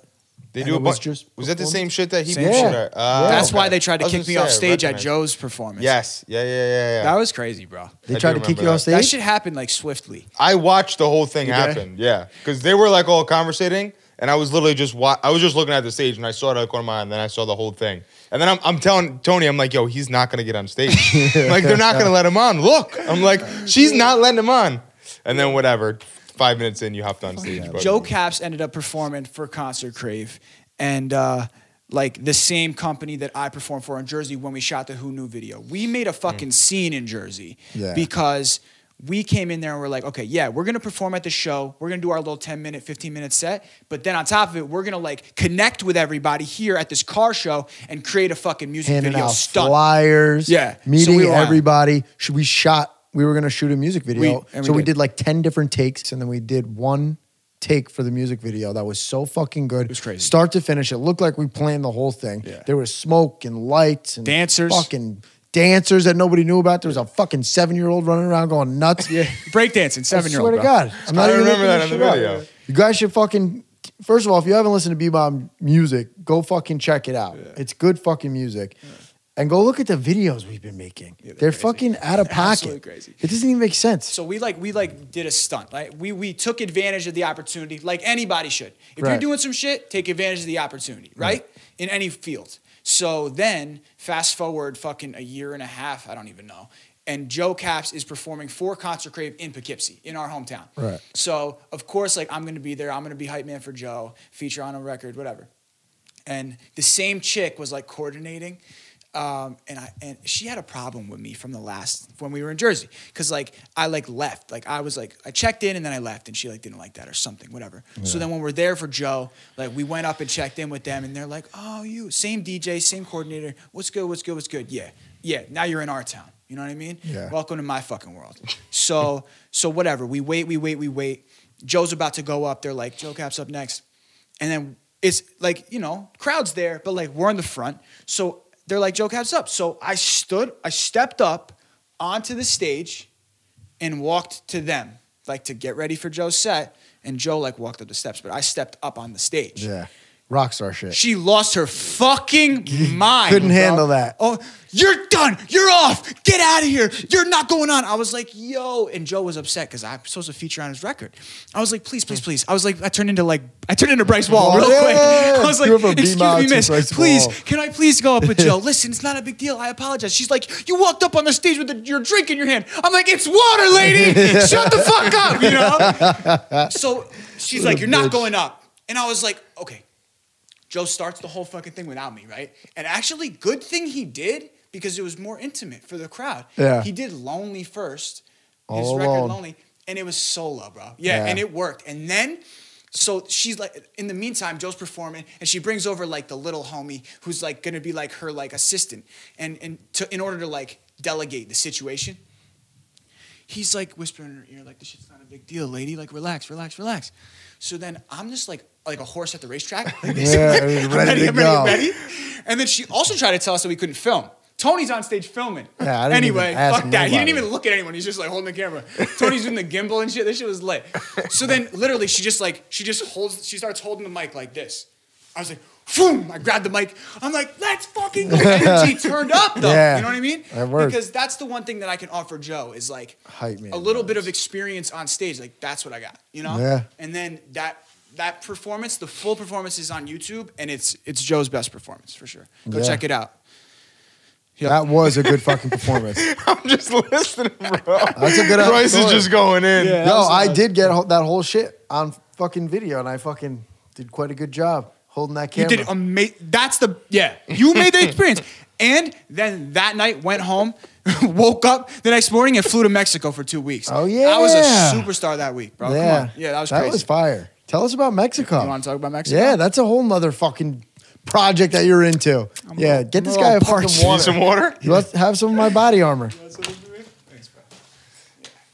S4: They
S1: And
S4: do a
S1: it was
S4: bunch. Was,
S1: just
S4: that the same
S1: performance?
S4: shit that he
S2: Same
S4: did?
S1: shit.
S4: Yeah. Ah,
S2: That's
S4: okay.
S2: why they tried
S4: I
S2: to
S4: was
S2: kick
S4: gonna
S2: me off
S4: say, I
S2: stage at
S4: recognize-
S2: Joe's performance.
S4: Yes. Yeah. Yeah. Yeah. yeah.
S2: That was crazy, bro.
S1: They
S4: I
S1: tried
S4: do
S1: to kick you
S4: remember
S1: off
S4: that.
S1: stage.
S2: That shit happened like swiftly.
S4: I watched the whole thing
S1: You did?
S4: happen. Yeah, because they were like all conversating, and I was literally just wa- I was just looking at the stage, and I saw it out of the corner of my eye, and then I saw the whole thing. And then I'm, I'm telling Tony, I'm like, yo, he's not gonna get on stage. like they're not gonna let him on. Look, I'm like, she's not letting him on. And then whatever, five minutes in, you hopped on stage. but-
S2: Joe Caps ended up performing for Concert Crave, and uh, like the same company that I performed for in Jersey when we shot the Who Knew video. We made a fucking scene in Jersey
S1: Mm. Yeah.
S2: because we came in there and we're like, okay, yeah, we're gonna perform at the show. We're gonna do our little 10 minute, 15 minute set. But then on top of it, we're gonna like connect with everybody here at this car show and create a fucking music
S1: handing
S2: video
S1: out
S2: stunt.
S1: flyers.
S2: Yeah. So
S1: meeting
S2: we were on.
S1: everybody. Should we shot? We were gonna shoot a music video,
S2: We- and we
S1: so we
S2: did.
S1: did like ten different takes, and then we did one take for the music video that was so fucking good. It
S2: was crazy.
S1: start to finish. It looked like we planned the whole thing.
S2: Yeah.
S1: There was smoke and lights and
S2: Dancers.
S1: fucking dancers that nobody knew about. There was a fucking seven year old running around going nuts.
S2: Yeah, breakdancing, seven year old.
S1: I swear to God, I'm
S4: I
S1: not even looking
S4: remember that in
S1: this
S4: the
S1: shit
S4: video.
S1: up. You guys should fucking. First of all, if you haven't listened to Bebop music, go fucking check it out. It's good fucking music. and go look at the videos we've been making.
S2: Yeah,
S1: they're
S2: they're crazy.
S1: fucking out of
S2: They're absolutely
S1: pocket.
S2: crazy.
S1: It doesn't even make sense.
S2: So we like we like did a stunt. Like we we took advantage of the opportunity, like anybody should. If
S1: Right.
S2: you're doing some shit, take advantage of the opportunity, right? In any field. So then, fast forward fucking a year and a half, I don't even know. And Joe Caps is performing for Concert Crave in Poughkeepsie, in our hometown.
S1: Right.
S2: So of course, like I'm gonna be there. I'm gonna be hype man for Joe, feature on a record, whatever. And the same chick was like coordinating, um, and I and she had a problem with me from the last when we were in Jersey because like I like left, like I was like I checked in and then I left, and she like didn't like that or something, whatever. So then when we're there for Joe, like we went up and checked in with them, and they're like, oh, you same DJ, same coordinator, what's good, what's good, what's good, yeah, yeah. Now you're in our town, you know what I mean?
S1: Yeah.
S2: Welcome to my fucking world. So so whatever. We wait, we wait, we wait. Joe's about to go up. They're like, Joe Cap's up next. And then it's like, you know, crowd's there, but like we're in the front. So they're like, Joe Cap's up. So I stood, I stepped up onto the stage and walked to them, like to get ready for Joe's set. And Joe like walked up the steps, but I stepped up on the stage.
S1: yeah, rock star shit.
S2: She lost her fucking mind.
S1: couldn't
S2: bro.
S1: handle that.
S2: Oh, you're done. You're off. Get out of here. You're not going on. I was like, yo. And Joe was upset because I'm supposed to feature on his record. I was like, please, please, please. I was like, I turned into like, I turned into Bryce Wall
S1: Wall.
S2: real
S1: Yeah,
S2: quick.
S1: yeah, yeah.
S2: I was like,
S1: You have a
S2: excuse
S1: beam out
S2: me,
S1: to
S2: miss.
S1: Bryce
S2: Please,
S1: Wall."
S2: can I please go up with Joe? Listen, it's not a big deal. I apologize. She's like, you walked up on the stage with the, your drink in your hand. I'm like, it's water, lady. Shut the fuck up, you know? So she's like, you're not
S1: bitch.
S2: going up. And I was like, okay. Joe starts the whole fucking thing without me, right? And actually, good thing he did because it was more intimate for the crowd.
S1: Yeah.
S2: He did Lonely first, his
S1: All
S2: record
S1: alone.
S2: Lonely, and it was solo, bro. Yeah,
S1: Yeah.
S2: and it worked. And then, so she's like, in the meantime, Joe's performing, and she brings over like the little homie who's like gonna be like her like assistant, and and to, in order to like delegate the situation he's like whispering in her ear, like, this shit's not a big deal, lady. Like, relax, relax, relax. So then I'm just like, like a horse at the racetrack. Like this.
S1: Yeah, ready
S2: I'm
S1: to
S2: I'm
S1: go.
S2: ready, I'm ready. And then she also tried to tell us that we couldn't film. Tony's on stage filming.
S1: Yeah, I didn't
S2: anyway,
S1: even ask
S2: fuck that. He didn't
S1: nobody.
S2: even look at anyone. He's just like holding the camera. Tony's doing the gimbal and shit. This shit was lit. So then literally she just like, she just holds, she starts holding the mic like this. I was like, boom! I grabbed the mic. I'm like, let's fucking go. Energy turned up though.
S1: Yeah,
S2: you know what I mean?
S1: that worked.
S2: Because that's the one thing that I can offer Joe is like
S1: Hype man
S2: a little bit of experience on stage. Like that's what I got, you know.
S1: Yeah.
S2: And then that that performance, the full performance is on YouTube, and it's it's Joe's best performance for sure. Go
S1: Yeah.
S2: check it out.
S1: That was a good fucking performance.
S4: I'm just listening, bro.
S1: That's a good.
S4: Bryce is
S1: story.
S4: just going in.
S2: Yeah.
S1: Yo,
S2: that was
S1: I
S2: nice.
S1: did get ho- that whole shit on fucking video, and I fucking did quite a good job holding that
S2: You
S1: camera.
S2: did amazing. That's the yeah. You made the experience. And then that night went home, woke up the next morning and flew to Mexico for two weeks.
S1: Oh,
S2: I was
S1: yeah.
S2: a superstar that week, bro. Yeah, Come on. yeah, that was crazy.
S1: fire. Tell us about Mexico.
S2: You wanna talk about Mexico?
S1: Yeah, that's a whole nother fucking project that you're into. yeah, get
S2: I'm
S1: this
S2: a
S1: guy a fucking
S2: little parched.
S4: Need
S1: water.
S4: some water?
S1: Let's have some of my body armor. Oh,
S2: Thanks, bro.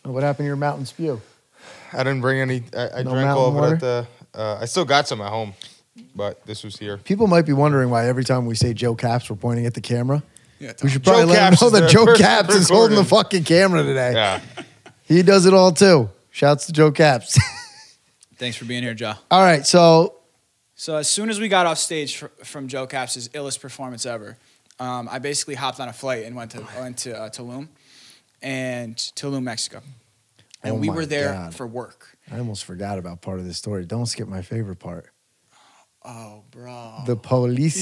S1: What happened to your mountain spew?
S4: I didn't bring any. I, I
S1: No
S4: drank
S1: mountain
S4: all of it
S1: water?
S4: at the. Uh, I still got some at home, but this was here.
S1: People might be wondering why every time we say Joe Caps, we're pointing at the camera.
S2: Yeah, Tom.
S1: We should probably
S4: Joe
S1: let
S4: Capps
S1: him
S4: is
S1: know that
S4: the
S1: Joe
S4: person
S1: Caps is holding the
S4: recording.
S1: fucking camera today.
S4: Yeah.
S1: He does it all too. Shouts to Joe Caps.
S2: Thanks for being here, Joe.
S1: all right, so
S2: So as soon as we got off stage fr- from Joe Caps's illest performance ever, um, I basically hopped on a flight and went to
S1: Oh
S2: went to uh, Tulum, and Tulum, Mexico, and
S1: Oh
S2: we
S1: my
S2: were there
S1: God.
S2: for work.
S1: I almost forgot about part of this story. Don't skip my favorite part.
S2: Oh, bro.
S1: The policia.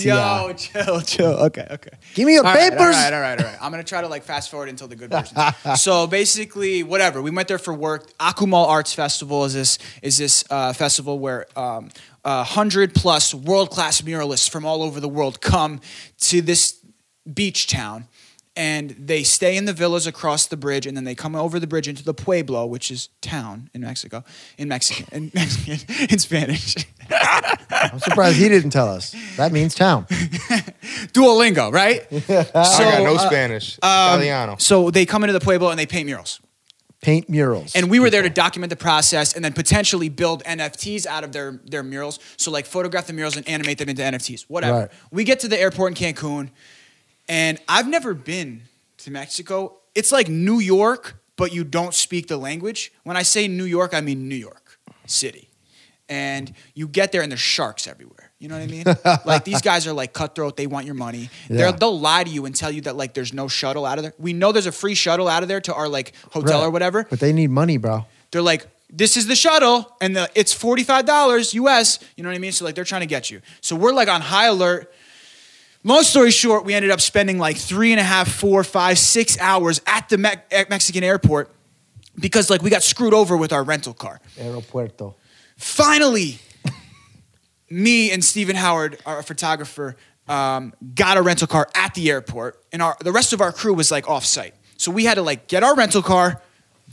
S2: Yo, chill, chill. Okay, okay.
S1: Give me your
S2: All right,
S1: papers.
S2: all right, all right, all right. I'm gonna try to like fast forward until the good version. so basically, whatever. We went there for work. Akumal Arts Festival is this is this uh, festival where um, uh, hundred plus world class muralists from all over the world come to this beach town. And they stay in the villas across the bridge, and then they come over the bridge into the pueblo, which is town in Mexico, in Mexican, in Mexican, in Spanish.
S1: I'm surprised he didn't tell us. That means town.
S2: Duolingo, right? So,
S4: I got no
S2: uh,
S4: Spanish. Italiano.
S2: So they come into the Pueblo and they paint murals.
S1: Paint murals.
S2: And we were there to document the process and then potentially build NFTs out of their, their murals. So, like, photograph the murals and animate them into NFTs, whatever.
S1: Right.
S2: We get to the airport in Cancun, and I've never been to Mexico. It's like New York, but you don't speak the language. When I say New York, I mean New York City. and you get there and there's sharks everywhere. You know what I mean? like these guys are like cutthroat. They want your money.
S1: Yeah.
S2: They're, they'll lie to you and tell you that like there's no shuttle out of there. We know there's a free shuttle out of there to our like hotel or
S1: Right.
S2: whatever.
S1: But they need money, bro.
S2: They're like, this is the shuttle, and the, it's forty five dollars US. You know what I mean? So like they're trying to get you. So we're like on high alert. Long story short, we ended up spending like three and a half, four, five, six hours at the Me- at Mexican airport because like we got screwed over with our rental car
S1: Aeropuerto.
S2: finally, me and Stephen Howard, our photographer, um, got a rental car at the airport, and our the rest of our crew was like off-site. So we had to like get our rental car,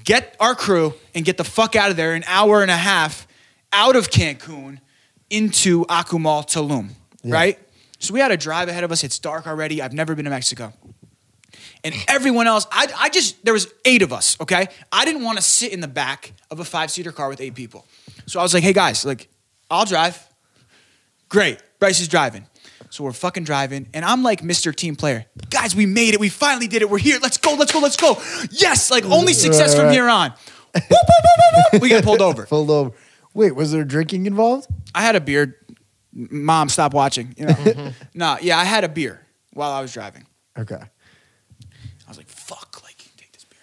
S2: get our crew, and get the fuck out of there an hour and a half out of Cancun into Akumal Tulum,
S1: Yeah.
S2: right? So we had a drive ahead of us. It's dark already. I've never been to Mexico and everyone else I, I just there was eight of us okay i didn't want to sit in the back of a five-seater car with eight people so i was like hey guys like i'll drive great bryce is driving so we're fucking driving and i'm like mr team player guys we made it we finally did it we're here let's go let's go let's go yes like only success from
S1: Right.
S2: here on Whoop, whoop, whoop, whoop, whoop. we get pulled over
S1: Pulled over. Wait, was there drinking involved?
S2: I had a beer. M- Mom, stop watching. You know, nah, yeah, I had a beer while I was driving.
S1: Okay.
S2: I was like, "Fuck!" Like, take this beer.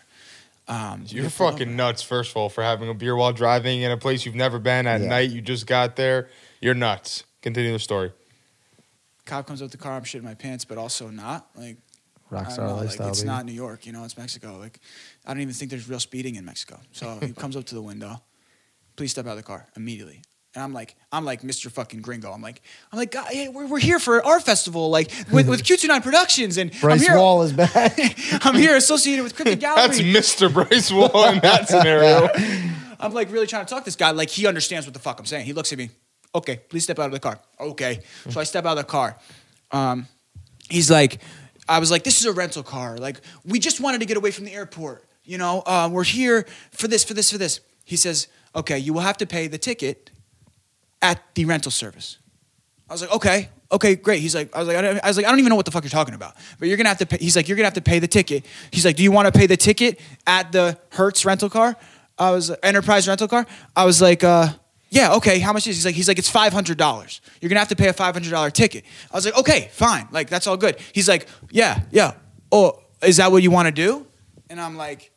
S2: Um,
S4: You're fucking nuts, first of all, for having a beer while driving in a place you've never been at
S1: Yeah.
S4: night. You just got there. You're nuts. Continue the story.
S2: Cop comes up with the car. I'm shitting my pants, but also not. Like, I don't
S1: Rockstar
S2: know, like,
S1: lifestyle.
S2: it's
S1: baby.
S2: not New York. You know, it's Mexico. Like, I don't even think there's real speeding in Mexico. So he comes up to the window. Please step out of the car immediately. And I'm like, I'm like Mr. fucking Gringo. I'm like, I'm like, God, hey, we're, we're here for our festival, like with, with Q29 Productions, and
S1: Bryce
S2: I'm here,
S1: Wall is back.
S2: I'm here associated with Cryptic Gallery.
S4: That's Mr. Bryce Wall in that scenario.
S2: I'm like really trying to talk to this guy. Like he understands what the fuck I'm saying. He looks at me. Okay, please step out of the car. Okay. So I step out of the car. Um, he's like, I was like, this is a rental car. Like we just wanted to get away from the airport. You know, uh, we're here for this, for this, for this. He says, okay, you will have to pay the ticket at the rental service. I was like, okay, okay, great. He's like, I was like, I, don't, I was like, I don't even know what the fuck you're talking about. But you're gonna have to pay. He's like, you're gonna have to pay the ticket. He's like, do you want to pay the ticket at the Hertz rental car? I was Enterprise rental car. I was like, uh, yeah, okay. How much is? He's like, he's like, it's five hundred dollars. You're gonna have to pay a five hundred dollar ticket. I was like, okay, fine. Like that's all good. He's like, yeah, yeah. Oh, is that what you want to do? And I'm like,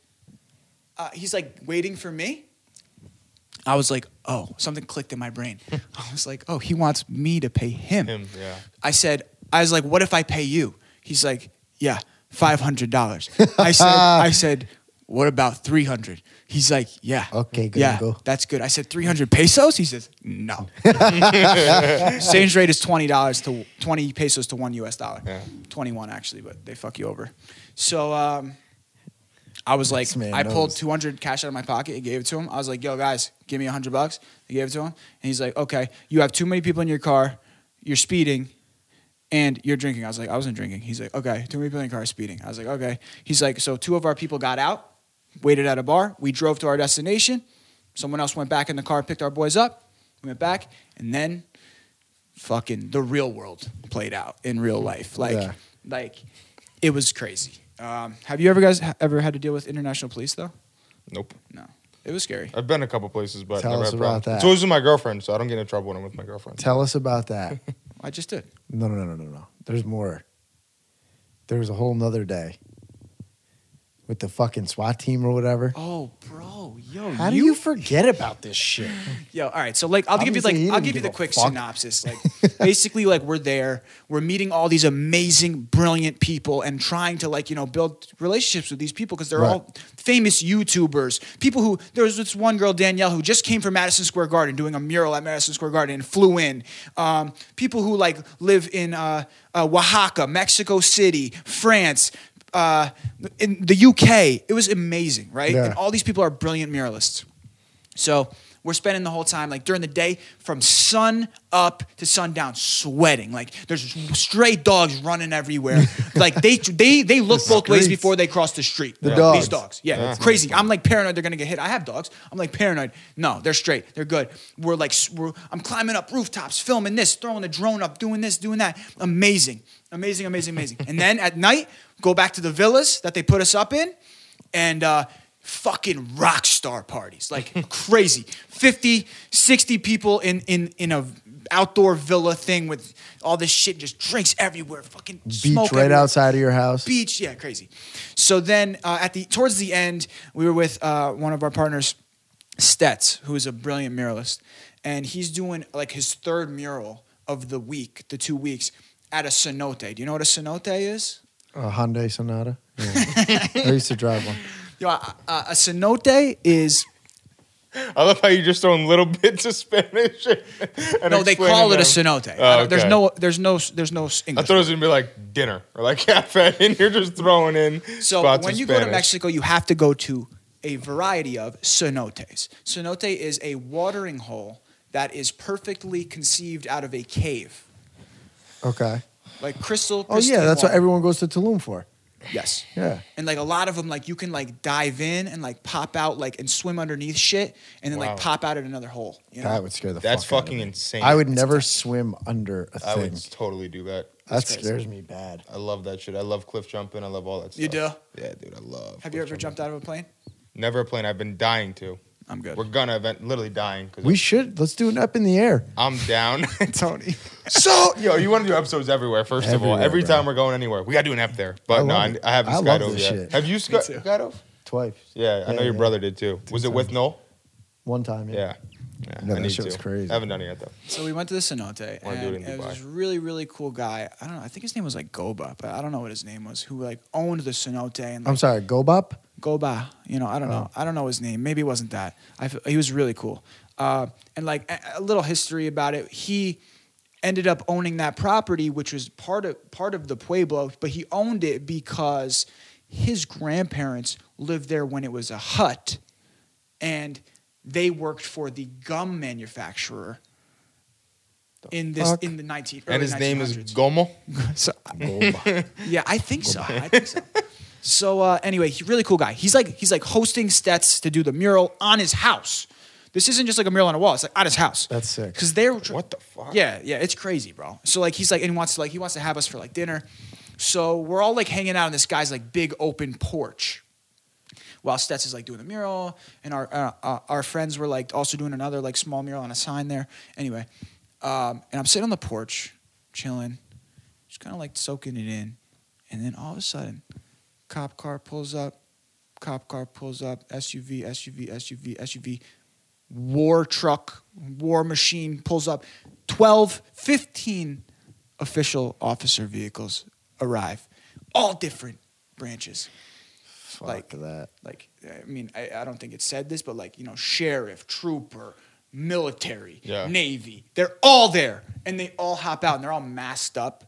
S2: uh, he's like waiting for me. I was like, oh, something clicked in my brain. I was like, oh, he wants me to pay him.
S4: Him, yeah.
S2: I said, I was like, what if I pay you? He's like, yeah, five hundred dollars. I said, I said, what about three hundred? He's like, yeah,
S1: Okay, good
S2: yeah,
S1: to go."
S2: that's good. I said three hundred pesos. He says, no. Exchange rate is twenty dollars to twenty pesos to one U.S. dollar.
S4: Yeah.
S2: Twenty-one actually, but they fuck you over. So. um I was like,
S1: This man
S2: I pulled
S1: knows.
S2: 200 cash out of my pocket and gave it to him. I was like, yo, guys, give me 100 bucks. I gave it to him. And he's like, okay, you have too many people in your car. You're speeding and you're drinking. I was like, I wasn't drinking. He's like, okay, too many people in the car speeding. I was like, okay. He's like, so two of our people got out, waited at a bar. We drove to our destination. Someone else went back in the car, picked our boys up. We went back. And then fucking the real world played out in real life. Like,
S1: Yeah.
S2: like it was crazy. Um, have you ever guys ha- ever had to deal with international police though?
S4: Nope.
S2: No, it was scary.
S4: I've been a couple places, but
S1: Tell
S4: never
S1: us
S4: had
S1: about
S4: problems.
S1: that.
S4: It's always with my girlfriend, so I don't get in trouble when I'm with my girlfriend.
S1: Tell us about that.
S2: I just did.
S1: No, no, no, no, no, no. There's more. There was a whole nother day with the fucking SWAT team or whatever.
S2: Oh, bro, yo,
S1: How do you forget about this shit?
S2: Yo, all right. So like, I'll give you
S1: Obviously, he
S2: like, I'll
S1: didn't
S2: give you
S1: give
S2: the
S1: a
S2: quick
S1: fuck.
S2: synopsis. Like, basically, like we're there, we're meeting all these amazing, brilliant people, and trying to like, you know, build relationships with these people because they're
S1: Right.
S2: all famous YouTubers. People who there was this one girl Danielle who just came from Madison Square Garden doing a mural at Madison Square Garden and flew in. Um, people who like live in uh, uh, Oaxaca, Mexico City, France. Uh, in the UK, it was amazing, right?
S1: Yeah.
S2: And all these people are brilliant muralists. So we're spending the whole time, like during the day, from sun up to sundown, sweating. Like there's stray dogs running everywhere. like they they they look both ways
S1: streets.
S2: before they cross the street.
S1: The
S2: These
S1: dogs.
S2: dogs. Yeah, crazy. I'm like paranoid they're gonna get hit. I have dogs. I'm like paranoid. No, they're straight. They're good. We're like s- we're, I'm climbing up rooftops, filming this, throwing the drone up, doing this, doing that. Amazing, amazing, amazing, amazing. and then at night, go back to the villas that they put us up in, and. uh fucking rock star parties like crazy 50 60 people in in in a outdoor villa thing with all this shit just drinks everywhere fucking
S1: Beach
S2: smoke
S1: right
S2: everywhere.
S1: outside of your house.
S2: beach yeah crazy so then uh, at the towards the end we were with uh, one of our partners stets who is a brilliant muralist and he's doing like his third mural of the week the two weeks at a cenote do you know what a cenote is
S1: A Hyundai Sonata. Yeah. I used to drive one.
S2: Yo, uh, uh, a cenote is
S4: I love how you're just throwing little bits of Spanish. and
S2: no, they
S4: explaining
S2: call it a
S4: them.
S2: cenote.
S4: Oh,
S2: I don't- There's
S4: okay.
S2: no, there's no, there's no s-
S4: I
S2: English.
S4: thought it was gonna be like dinner or like cafe, and you're just throwing in.
S2: so
S4: spots
S2: when
S4: of
S2: you go to
S4: Spanish.
S2: Mexico, you have to go to a variety of cenotes. Cenote is a watering hole that is perfectly conceived out of a cave,
S1: Okay.
S2: like crystal.
S1: Oh yeah,
S2: pristine
S1: that's what
S2: water.
S1: everyone goes to Tulum for.
S2: Yes.
S1: Yeah.
S2: And like a lot of them, like you can like dive in and like pop out, like and swim underneath shit, and then
S4: Wow.
S2: like pop out at another hole. You know?
S1: That would scare the
S4: That's
S1: fuck out of
S4: fucking
S1: me.
S4: insane.
S1: I would never swim under a
S4: I
S1: thing.
S4: would totally do that.
S1: That
S2: crazy.
S1: scares me bad.
S4: I love that shit. I love cliff jumping. I love all that stuff.
S2: You
S4: Yeah, dude. I love.
S2: have you
S4: cliff
S2: ever jumped
S4: jumping.
S2: out of a plane?
S4: Never a plane. I've been dying to.
S2: I'm good.
S4: We're gonna event literally dying because
S1: We should let's do an up in the air,
S4: I'm down.
S1: Tony.
S4: so yo, you want to do episodes everywhere? First of all,
S1: Everywhere,
S4: every
S1: bro.
S4: time we're going anywhere, we gotta do an app there. But
S1: I
S4: no,
S1: love
S4: I,
S1: it.
S4: I haven't
S1: I
S4: skied
S1: love
S4: over
S1: this
S4: yet.
S1: shit.
S4: Have you ski-
S2: too.
S4: skied over?
S1: Twice.
S4: Yeah, I know your
S1: yeah.
S4: brother did too. Was it with
S1: times.
S4: Noel?
S1: One time. Yeah.
S4: Yeah. Yeah,
S1: No,
S4: I
S1: that
S4: need
S1: shit was
S4: to.
S1: crazy.
S4: I haven't done it yet though.
S2: So we went to the cenote,
S4: Wanna do
S2: and
S4: it in
S2: it was
S4: Dubai.
S2: this really, really cool guy. I don't know. I think his name was like Goba, but I don't know what his name was. Who like owned the cenote and
S1: I'm
S2: like,
S1: sorry, Gobop?
S2: Goba. You know, I don't know. I don't know his name. Maybe it wasn't that. I f- he was really cool. Uh, and like a, a little history about it. He ended up owning that property, which was part of part of the pueblo, but he owned it because his grandparents lived there when it was a hut, and they worked for the gum manufacturer. In this,
S1: fuck?
S2: in the nineteen,
S4: And
S2: early
S4: his name is
S2: 1900s.
S4: Gomo.
S2: So-
S1: Gobop.
S2: yeah, I think so. I think so. So uh, anyway, he, really cool guy. He's like he's like hosting Stets to do the mural on his house. This isn't just like a mural on a wall. It's like on his house.
S1: That's sick.
S2: Because they're
S4: What the fuck?
S2: Yeah, yeah, it's crazy, bro. So like he's like and he wants to like he wants to have us for like dinner. So we're all like hanging out on this guy's like big open porch, while Stets is like doing the mural, and our uh, uh, our friends were like also doing another like small mural on a sign there. Anyway, um, and I'm sitting on the porch, chilling, just kind of like soaking it in, and then all of a sudden, cop car pulls up, cop car pulls up, SUV, SUV, SUV, SUV, war truck, war machine pulls up, 12, 15 official officer vehicles arrive, all different branches
S1: Fuck
S2: Like-
S1: that.
S2: like I mean I, I don't think it said this, but like you know sheriff, trooper, military,
S4: Yeah.
S2: navy, they're all there, and they all hop out, and they're all masked up,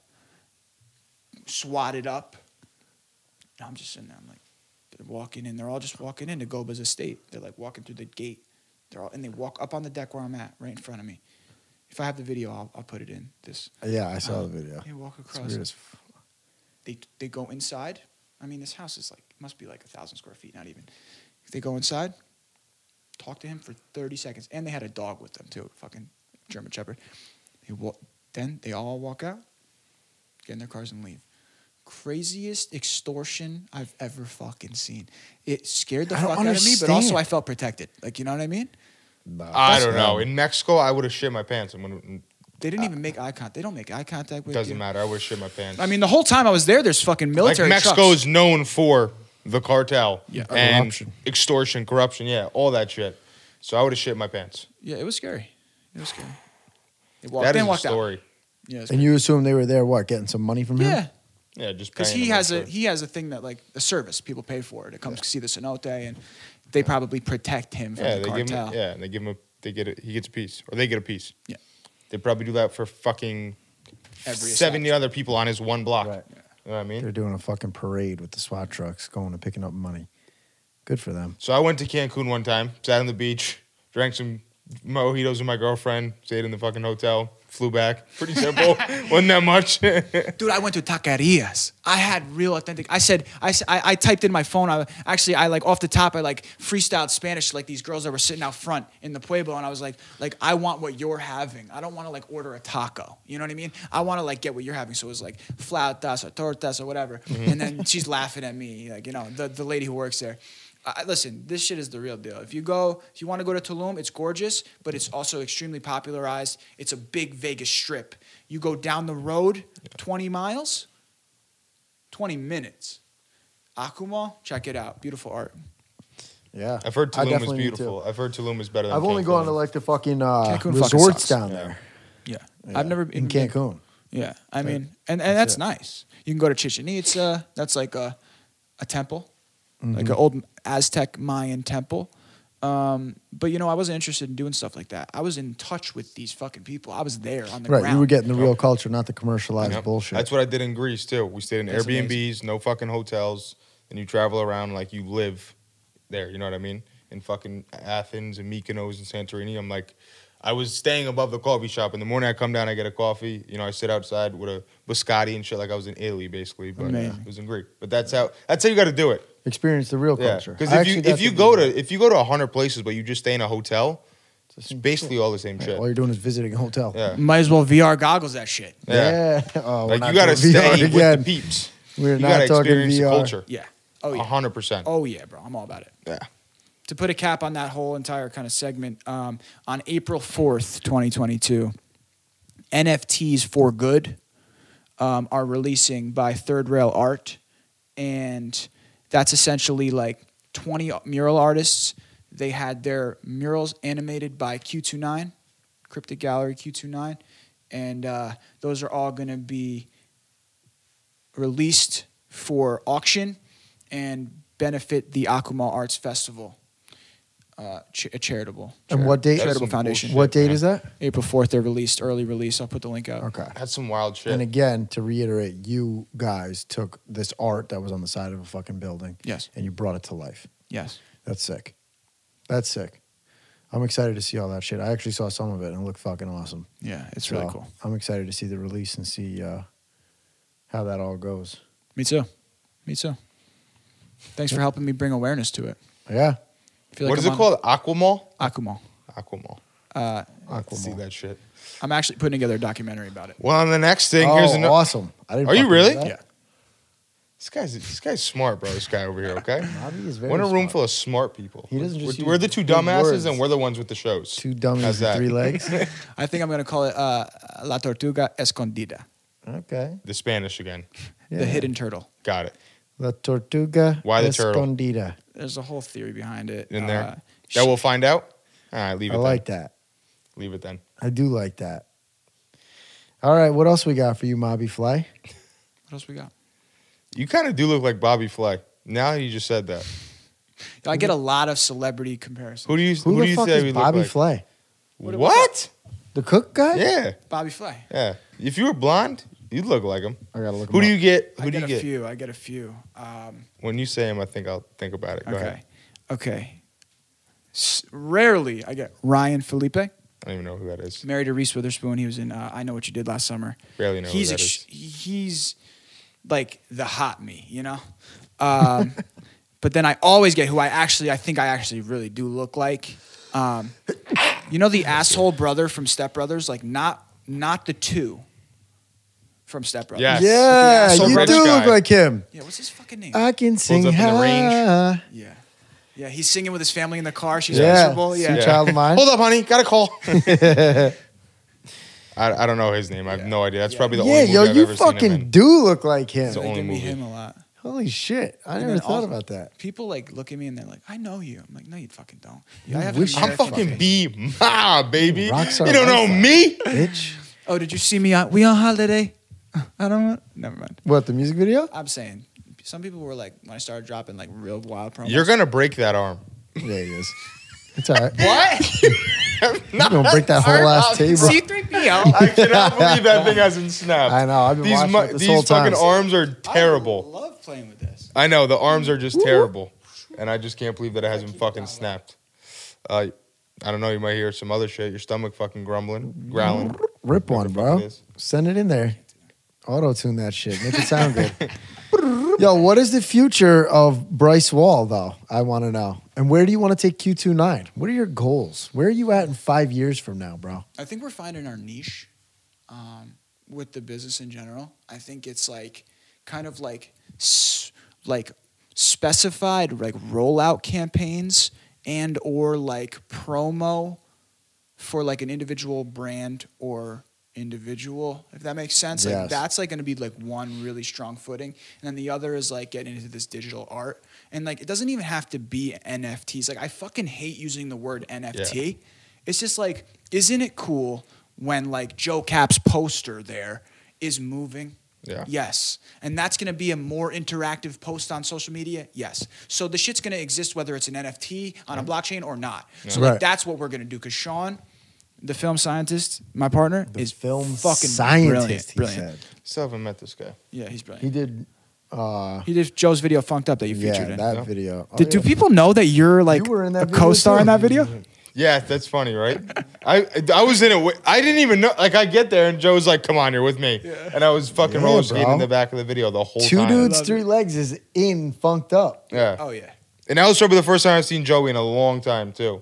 S2: swatted up. And I'm just sitting there. I'm like, they're walking in. They're all just walking into Goba's estate. They're like walking through the gate. They're all and they walk up on the deck where I'm at, right in front of me. If I have the video, I'll, I'll put it in this.
S1: Yeah, Uh, I saw
S2: Um,
S1: the video.
S2: They walk
S1: It's
S2: across
S1: weird as f-
S2: they they go inside. I mean, this house is like must be like a thousand square feet, not even. They go inside, talk to him for thirty seconds, and they had a dog with them too, fucking German Shepherd. They wa- then they all walk out, get in their cars and leave. Craziest extortion I've ever fucking seen. It scared the
S1: I
S2: fuck
S1: don't
S2: out of me, but also
S1: understand.
S2: I felt protected. Like you know what I mean?
S1: Nah,
S4: I
S1: that's
S4: don't know.
S1: dumb.
S4: In Mexico, I would have shit my pants. I'm gonna,
S2: They didn't even make eye contact. They don't make eye contact with
S4: doesn't
S2: you.
S4: matter. I would have shit my pants.
S2: I mean, the whole time I was there, there's fucking
S4: like
S2: military.
S4: Mexico
S2: trucks.
S4: is known for the cartel
S2: Yeah.
S4: and
S1: Corruption.
S4: extortion, corruption, yeah, all that shit. So I would have shit my pants.
S2: Yeah, it was scary. It was scary. They walked
S4: That
S2: in,
S4: is a
S2: walked out.
S4: story.
S2: Yeah, it's
S1: And you assume they were there, what, getting some money from
S2: pretty-
S1: him?
S2: yeah,
S4: Yeah, just
S2: because
S4: paying
S2: he
S4: them,
S2: has a
S4: that's it.
S2: he has a thing that like a service people pay for it. It comes to see the cenote, and they probably protect him from
S4: yeah.
S2: the
S4: They give
S2: cartel.
S4: him yeah, and they give him a they get a, he gets a piece or they get a piece.
S2: Yeah.
S4: they probably do that for fucking
S2: Every
S4: seventy other people on his one block.
S1: Right.
S4: You know what I mean?
S1: They're doing a fucking parade with the SWAT trucks going and picking up money. Good for them.
S4: So I went to Cancun one time, sat on the beach, drank some mojitos with my girlfriend, stayed in the fucking hotel, flew back. Pretty simple. Wasn't that much.
S2: Dude, I went to taquerias. I had real authentic. I said, I, s- I- I typed in my phone. I actually, I like off the top, I like freestyled Spanish to like these girls that were sitting out front in the pueblo, and I was like, like I want what you're having. I don't want to like order a taco. You know what I mean? I want to like get what you're having. So it was like flautas or tortas or whatever. And then she's laughing at me, like you know, the the lady who works there. I, I- listen, this shit is the real deal. If you go, if you want to go to Tulum, it's gorgeous, but it's also extremely popularized. It's a big Vegas strip. You go down the road 20 miles, 20 minutes. Akumo, check it out. Beautiful art.
S1: Yeah,
S4: I've heard
S1: I
S4: Tulum is
S1: definitely need to.
S4: beautiful. I've heard Tulum is better than
S1: I've only
S4: Cancun.
S1: gone to like the fucking uh,
S2: Cancun fucking
S1: resorts
S2: sucks.
S1: down
S4: Yeah.
S1: there.
S2: Yeah.
S1: Yeah.
S2: I've never
S1: in
S2: been
S1: Cancun.
S2: Yeah, I
S1: Right.
S2: mean, and, and
S1: That's
S2: that's nice. You can go to Chichen Itza. That's like a, a temple, like an
S1: Mhm.
S2: old Aztec Mayan temple. Um, but you know, I wasn't interested in doing stuff like that. I was in touch with these fucking people. I was there on the
S1: Right,
S2: ground.
S1: you were getting the
S4: Yep.
S1: real culture, not the commercialized
S4: Yep.
S1: bullshit.
S4: That's what I did in Greece too. We stayed in
S2: That's
S4: Airbnbs,
S2: amazing.
S4: no fucking hotels, and you travel around like you live there. You know what I mean? In fucking Athens and Mykonos and Santorini, I'm like, I was staying above the coffee shop. In the morning, I come down, I get a coffee. You know, I sit outside with a biscotti and shit, like I was in Italy basically, but
S2: Amazing.
S4: it was in Greek. But that's how that's how you got to do it.
S1: Experience the real
S4: Yeah,
S1: culture.
S4: because
S1: I
S4: if you
S1: actually got
S4: if you go
S1: do
S4: to if you go to hundred places, but you just stay in a hotel,
S1: that.
S4: it's basically all the same
S1: Right,
S4: shit.
S1: all you're doing is visiting a hotel.
S4: Yeah.
S2: Might as well VR goggles that shit.
S4: Yeah.
S1: Yeah. Oh, we're
S4: Like
S1: not
S4: you got to
S1: doing
S4: stay
S1: VR
S4: with
S1: again.
S4: the peeps.
S1: We're
S4: you
S1: not
S4: gotta
S1: talking
S4: experience
S1: VR.
S4: the culture.
S2: Yeah. Oh
S4: A
S1: Uh-huh.
S2: yeah.
S4: hundred percent.
S2: Oh yeah, bro. I'm all about it.
S4: Yeah.
S2: to put a cap on that whole entire kind of segment, um, on April 4th, 2022, NFTs for Good um, are releasing by Third Rail Art. And that's essentially like 20 mural artists. They had their murals animated by Q29, Cryptic Gallery Q29. And uh, those are all going to be released for auction and benefit the Akuma Arts Festival, uh, ch- a charitable.
S1: And what date?
S4: That's
S2: Charitable
S4: some
S2: Foundation.
S4: bullshit.
S1: What date
S4: man.
S1: is that?
S2: April fourth, they're released early release. I'll put the link out.
S1: Okay.
S4: That's some wild shit.
S1: And again, to reiterate, you guys took this art that was on the side of a fucking building
S2: Yes.
S1: and you brought it to life.
S2: Yes.
S1: That's sick. That's sick. I'm excited to see all that shit. I actually saw some of it and it looked fucking awesome.
S2: Yeah, it's really
S1: So,
S2: cool.
S1: I'm excited to see the release and see uh, how that all goes.
S2: Me too. Me too. Thanks for helping me bring awareness to it.
S1: Yeah.
S2: I feel
S4: what is
S2: I'm
S4: it called? Aquamall?
S2: on Akumo.
S4: Aquamall.
S2: Uh,
S1: Aquaman.
S4: See that shit.
S2: I'm actually putting together a documentary about it.
S4: Well, on the next thing,
S1: Oh,
S4: here's another.
S1: awesome. I didn't
S4: Are you
S1: fucking know
S4: really?
S1: that.
S2: Yeah.
S4: This guy's this guy's smart, bro. This guy over here, okay.
S1: Bobby is very
S4: We're in a room
S1: smart.
S4: full of smart people.
S1: He doesn't just
S4: we're,
S1: use
S4: we're the two
S1: big
S4: dumbasses,
S1: words.
S4: and we're the ones with the shows.
S1: Two dummies with
S4: How's that?
S1: three legs.
S2: I think I'm going to call it uh, La Tortuga Escondida,
S1: okay.
S4: The Spanish again.
S1: Yeah.
S2: the hidden turtle.
S4: Got it.
S1: La tortuga
S4: Why the turtle?
S1: escondida.
S2: There's a whole theory behind it.
S4: In
S2: Uh,
S4: there.
S2: sh-
S4: That we'll find out. All right, leave it.
S1: I
S4: then.
S1: like that.
S4: Leave it then.
S1: I do like that. All right, what else we got for you, Mobby Fly?
S2: what else we got?
S4: You kind of do look like Bobby Flay. Now you just said that.
S2: I get a lot of celebrity comparisons.
S4: Who do you?
S1: Who,
S4: do
S1: the
S4: you
S1: fuck
S4: say we
S1: is
S4: look
S1: Bobby
S4: like?
S1: Flay?
S2: What-
S4: What?
S1: The cook guy?
S4: Yeah,
S2: Bobby Flay.
S4: yeah. If you were blonde, you'd look like him.
S1: I gotta look.
S4: Who do you get? Who
S2: I get
S4: do you
S2: a
S4: get?
S2: few. I get a few. Um,
S4: When you say him, I think I'll think about it. Go
S2: okay.
S4: ahead.
S2: Okay. S- rarely I get Ryan Felipe,
S4: I don't even know who that is.
S2: married to Reese Witherspoon. He was in uh, I Know What You Did Last Summer.
S4: Barely know
S2: he's
S4: who that
S2: ex-
S4: is.
S2: he's like the hot me, you know. Um, but then I always get who I actually I think I actually really do look like. Um, you know the asshole brother from Step Brothers, like not not the two from Step Brothers.
S4: Yes.
S1: Yeah,
S4: Asshole
S1: you Uh,
S4: British
S1: do
S4: guy.
S1: look like him.
S2: Yeah, what's his fucking name?
S1: I can sing
S4: up in the range.
S1: high.
S2: Yeah. Yeah, he's singing with his family in the car. She's
S1: Yeah,
S2: miserable.
S1: yeah.
S2: Yeah.
S1: child of mine.
S4: Hold up, honey. Got a call. I, I don't know his name. I have
S2: Yeah.
S4: no idea. That's
S2: Yeah.
S4: probably the
S1: yeah,
S4: only movie
S1: yo,
S4: I've
S1: you
S4: ever seen him
S1: fucking
S4: in.
S1: do look like
S4: It's
S1: him.
S4: all-
S2: They
S4: only
S2: give me
S4: movie.
S2: him a lot.
S1: Holy shit, I
S2: And
S1: never
S2: then
S1: thought
S2: also-
S1: about that.
S2: People like look at me and they're like, "I know you." I'm like, "No, you fucking don't."
S1: You
S2: I have
S1: wish
S2: an
S1: you
S4: I'm
S2: American
S4: fucking
S2: face.
S4: B Ma, baby. You
S1: Rockstar
S4: don't know
S1: Lifestyle.
S4: me.
S1: Bitch,
S2: Oh, did you see me? On, we on holiday? I don't. want- Never mind.
S1: what the music video?
S2: I'm saying some people were like when I started dropping like real wild promos.
S4: You're gonna break that arm.
S1: Yeah, it is. It's all right.
S2: what?
S1: You're gonna break that whole ass table.
S2: C3PO.
S4: I cannot believe that thing hasn't snapped.
S1: I know. I've been
S4: These
S1: watching
S4: mu-
S1: it this
S4: these
S1: whole time.
S4: fucking arms are terrible.
S2: I love playing with this.
S4: I know the arms are just terrible, and I just can't believe that it hasn't fucking snapped. Uh, I don't know. You might hear some other shit. Your stomach fucking grumbling, growling.
S1: Rip
S4: Whatever
S1: one,
S4: the fuck it
S1: bro.
S4: is.
S1: Send it in there. Auto tune that shit. Make it sound good. Yo, what is the future of Bryce Wall, though? I want to know. And where do you want to take Q29? What are your goals? Where are you at in five years from now, bro?
S2: I think we're finding our niche um, with the business in general. I think it's like kind of like s- like specified like rollout campaigns and or like promo for like an individual brand or individual if that makes sense like
S1: Yes.
S2: that's like going to be like one really strong footing and then the other is like getting into this digital art and like it doesn't even have to be nfts like i fucking hate using the word nft it's just like isn't it cool when like joe cap's poster there is moving
S4: Yeah.
S2: Yes. And that's going to be a more interactive post on social media? Yes. So the shit's going to exist whether it's an NFT on a blockchain or not. So like,
S1: Right.
S2: that's what we're going to do cuz Sean, the film scientist, my partner,
S1: The
S2: is
S1: film
S2: fucking
S1: scientist.
S2: brilliant.
S1: he
S2: brilliant.
S1: said
S4: Still haven't met this guy.
S2: Yeah, he's
S1: he
S2: brilliant.
S1: did. Uh,
S2: He did Joe's video funked up that you featured
S1: yeah,
S2: in.
S1: that
S4: Yeah.
S1: video. Oh,
S2: Did, Do
S1: yeah.
S2: people know that you're like
S1: You were in that
S2: a
S1: video,
S2: co-star
S1: too.
S2: in that video?
S4: Yeah, that's funny, right? I I was in a wa- I didn't even know. Like I get there and Joe's like, "Come on, you're with me," and I was fucking
S1: Yeah,
S4: roller skating
S1: bro.
S4: in the back of the video the whole
S1: Two
S4: time.
S1: dudes,
S2: Love
S1: three
S2: it.
S1: legs is in funked up.
S4: Yeah.
S2: Oh yeah.
S4: And that was probably the first time I've seen Joey in a long time too.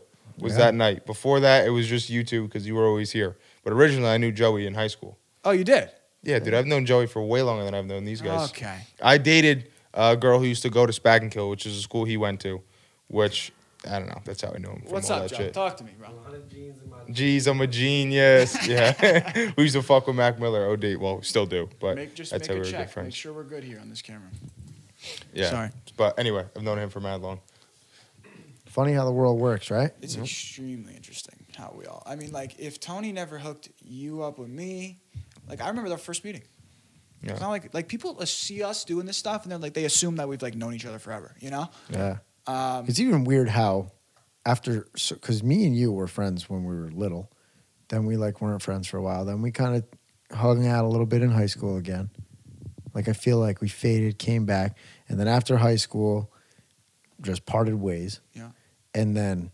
S4: Was
S1: Yeah.
S4: that night? Before that, it was just you two because you were always here. But originally, I knew Joey in high school.
S2: Oh, you did.
S4: Yeah, dude, I've known Joey for way longer than I've known these guys.
S2: Okay.
S4: I dated a girl who used to go to Spag and Kill, which is a school he went to, which I don't know. That's how I know him. From
S2: What's
S4: all
S2: up, Joe?
S4: that shit.
S2: Talk to me, bro.
S4: Jeez, I'm a genius. Yeah, we used to fuck with Mac Miller. Oh, date. Well, we still do, but
S2: Make, just
S4: that's
S2: make
S4: how
S2: a
S4: we were good
S2: check. Make
S4: friends.
S2: sure we're good here on this camera.
S4: Yeah.
S2: Sorry.
S4: But anyway, I've known him for mad long.
S1: Funny how the world works, right?
S2: It's
S4: Mm-hmm.
S2: extremely interesting how we all. I mean, like if Tony never hooked you up with me, like I remember the first meeting.
S4: Yeah.
S2: It's not like like people uh, see us doing this stuff and they're like they assume that we've like known each other forever, you know?
S1: Yeah.
S2: Um,
S1: It's even weird how after because me and you were friends when we were little, then we like weren't friends for a while. Then we kind of hung out a little bit in high school again. Like I feel like we faded, came back, and then after high school, just parted ways.
S2: Yeah.
S1: And then,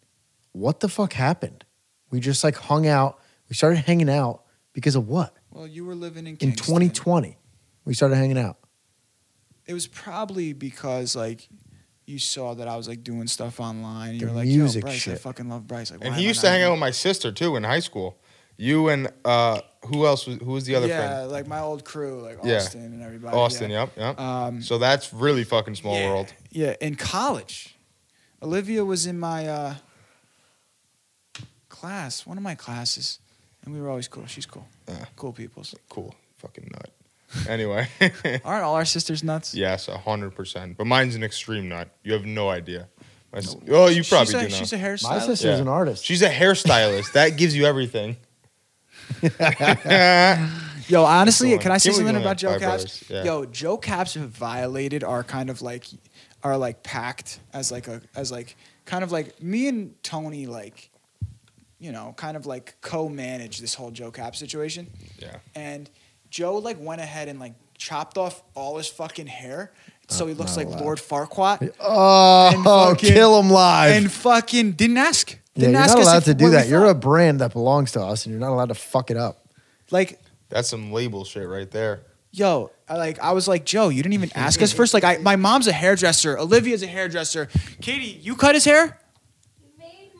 S1: what the fuck happened? We just like hung out. We started hanging out because of what?
S2: well, you were living in
S1: In
S2: Kingston.
S1: 2020, we started hanging out.
S2: It was probably because like you saw that I was like doing stuff online. and
S1: The
S2: You're like,
S1: music
S2: Yo, Bryce, I
S1: shit.
S2: fucking love Bryce. Like,
S4: And
S2: why
S4: he
S2: am I
S4: used
S2: not
S4: to hang out
S2: doing-
S4: with my sister too in high school. You and uh, who else? Was, who was the other
S2: yeah,
S4: friend?
S2: like my old crew, like
S4: Yeah.
S2: Austin and everybody.
S4: Austin.
S2: yeah.
S4: Yep. Yep.
S2: Um,
S4: so that's really fucking small
S2: yeah,
S4: world.
S2: Yeah, in college, Olivia was in my uh, class, one of my classes, and we were always cool. She's cool,
S4: Yeah.
S2: cool peoples.
S4: Cool. Fucking nut. Anyway.
S2: Aren't all our sisters nuts?
S4: yes, hundred percent. But mine's an extreme nut. You have no idea. My s- oh, you
S2: she's
S4: probably do
S2: a,
S4: know.
S2: She's a
S1: My
S2: hairstylist.
S1: sister's
S4: Yeah.
S1: an artist.
S4: She's a hairstylist. that gives you everything.
S2: Yo, honestly,
S4: Go on.
S2: can I say
S4: Give me
S2: something
S4: one.
S2: about Joe
S4: Five
S2: Caps?
S4: brothers, yeah.
S2: Yo, Joe Caps have violated our kind of like, our like pact as like a as like kind of like me and Tony like, you know, kind of like co-manage this whole Joe Cap situation.
S4: yeah.
S2: and Joe like went ahead and like chopped off all his fucking hair, so he looks
S1: not
S2: like
S1: allowed.
S2: Lord Farquaad, And
S1: Oh,
S2: fucking-
S1: kill him live.
S2: and fucking didn't ask.
S1: Yeah,
S2: Didn't
S1: you're
S2: ask
S1: not
S2: us
S1: allowed
S2: if-
S1: to do
S2: where we
S1: that. You're a
S2: from.
S1: brand that belongs to us, and you're not allowed to fuck it up.
S2: like,
S4: That's some label shit right there.
S2: yo, I, like I was like Joe, you didn't even ask us first. Like, I, my mom's a hairdresser, Olivia's a hairdresser, Katie, you cut his hair.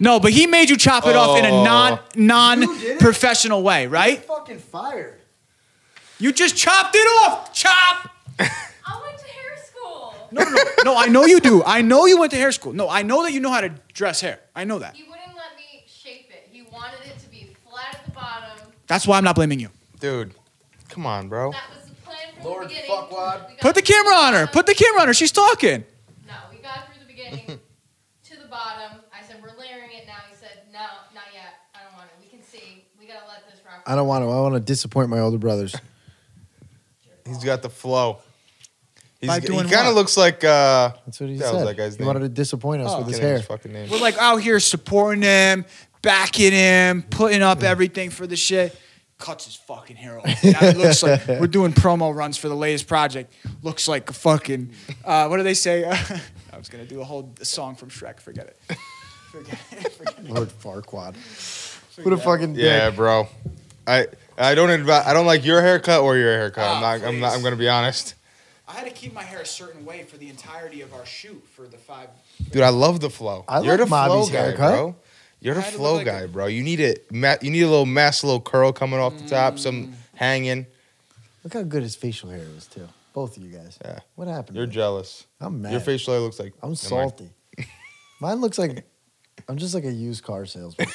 S2: No, but he made you chop it off in a
S4: Oh.
S2: non
S1: You did
S2: non
S1: it?
S2: professional way, right?
S1: Fucking fired.
S2: You just chopped it off. Chop.
S3: I went to hair school.
S2: No, no, no, no. I know you do. I know you went to hair school. No, I know that you know how to dress hair. I know that.
S3: He wouldn't let me shape it. He wanted it to be flat at the bottom.
S2: That's why I'm not blaming you.
S4: Dude, come on, bro.
S3: That was the plan from
S1: Lord
S3: the beginning.
S1: fuckwad.
S3: We got
S2: Put the
S3: through
S2: camera on her.
S3: bottom.
S2: Put the camera on her. She's talking.
S3: No, we got through the beginning to the bottom. I said we're layering it now. He said no, not yet. I don't want it. We can see. We gotta let this rock.
S1: I don't want to. I want to disappoint my older brothers.
S4: He's got the flow. He's,
S2: By
S4: he
S2: doing
S4: kind
S2: what?
S4: of looks like uh,
S1: That's what he
S4: That was
S1: said.
S4: that guy's
S1: he
S4: name.
S1: wanted to disappoint us
S2: Oh.
S1: with his
S4: can't remember
S1: hair.
S4: his fucking name.
S2: We're like out here supporting him, backing him, putting up everything for the shit. Cuts his fucking hair off. Now it looks like we're doing promo runs for the latest project. Looks like a fucking. Uh, what do they say? I was gonna do a whole song from Shrek. Forget it. Forget it. Forget it.
S1: Lord Farquaad. What a fucking
S4: Yeah,
S1: dick.
S4: bro. I I don't advise. I don't like your haircut or your haircut.
S2: Ah,
S4: I'm not. I'm not.
S2: please.
S4: I'm gonna be honest,
S2: I had to keep my hair a certain way for the entirety of our shoot for the five.
S4: dude. I love the flow.
S1: I
S4: You're the
S1: like
S4: flow
S1: Bobby's
S4: guy,
S1: haircut.
S4: bro. You're the
S2: I had to look
S4: flow
S2: like
S4: guy,
S2: a-
S4: bro. You need a ma- You need a little
S2: Mm.
S4: mess, a little curl coming off the top, some hanging.
S1: Look how good his facial hair is too. Both of you guys.
S4: Yeah.
S1: What happened?
S4: You're
S1: to me?
S4: jealous.
S1: I'm mad.
S4: Your facial hair looks like
S1: I'm
S4: Never mind.
S1: salty. Mine looks like I'm just like a used car salesman.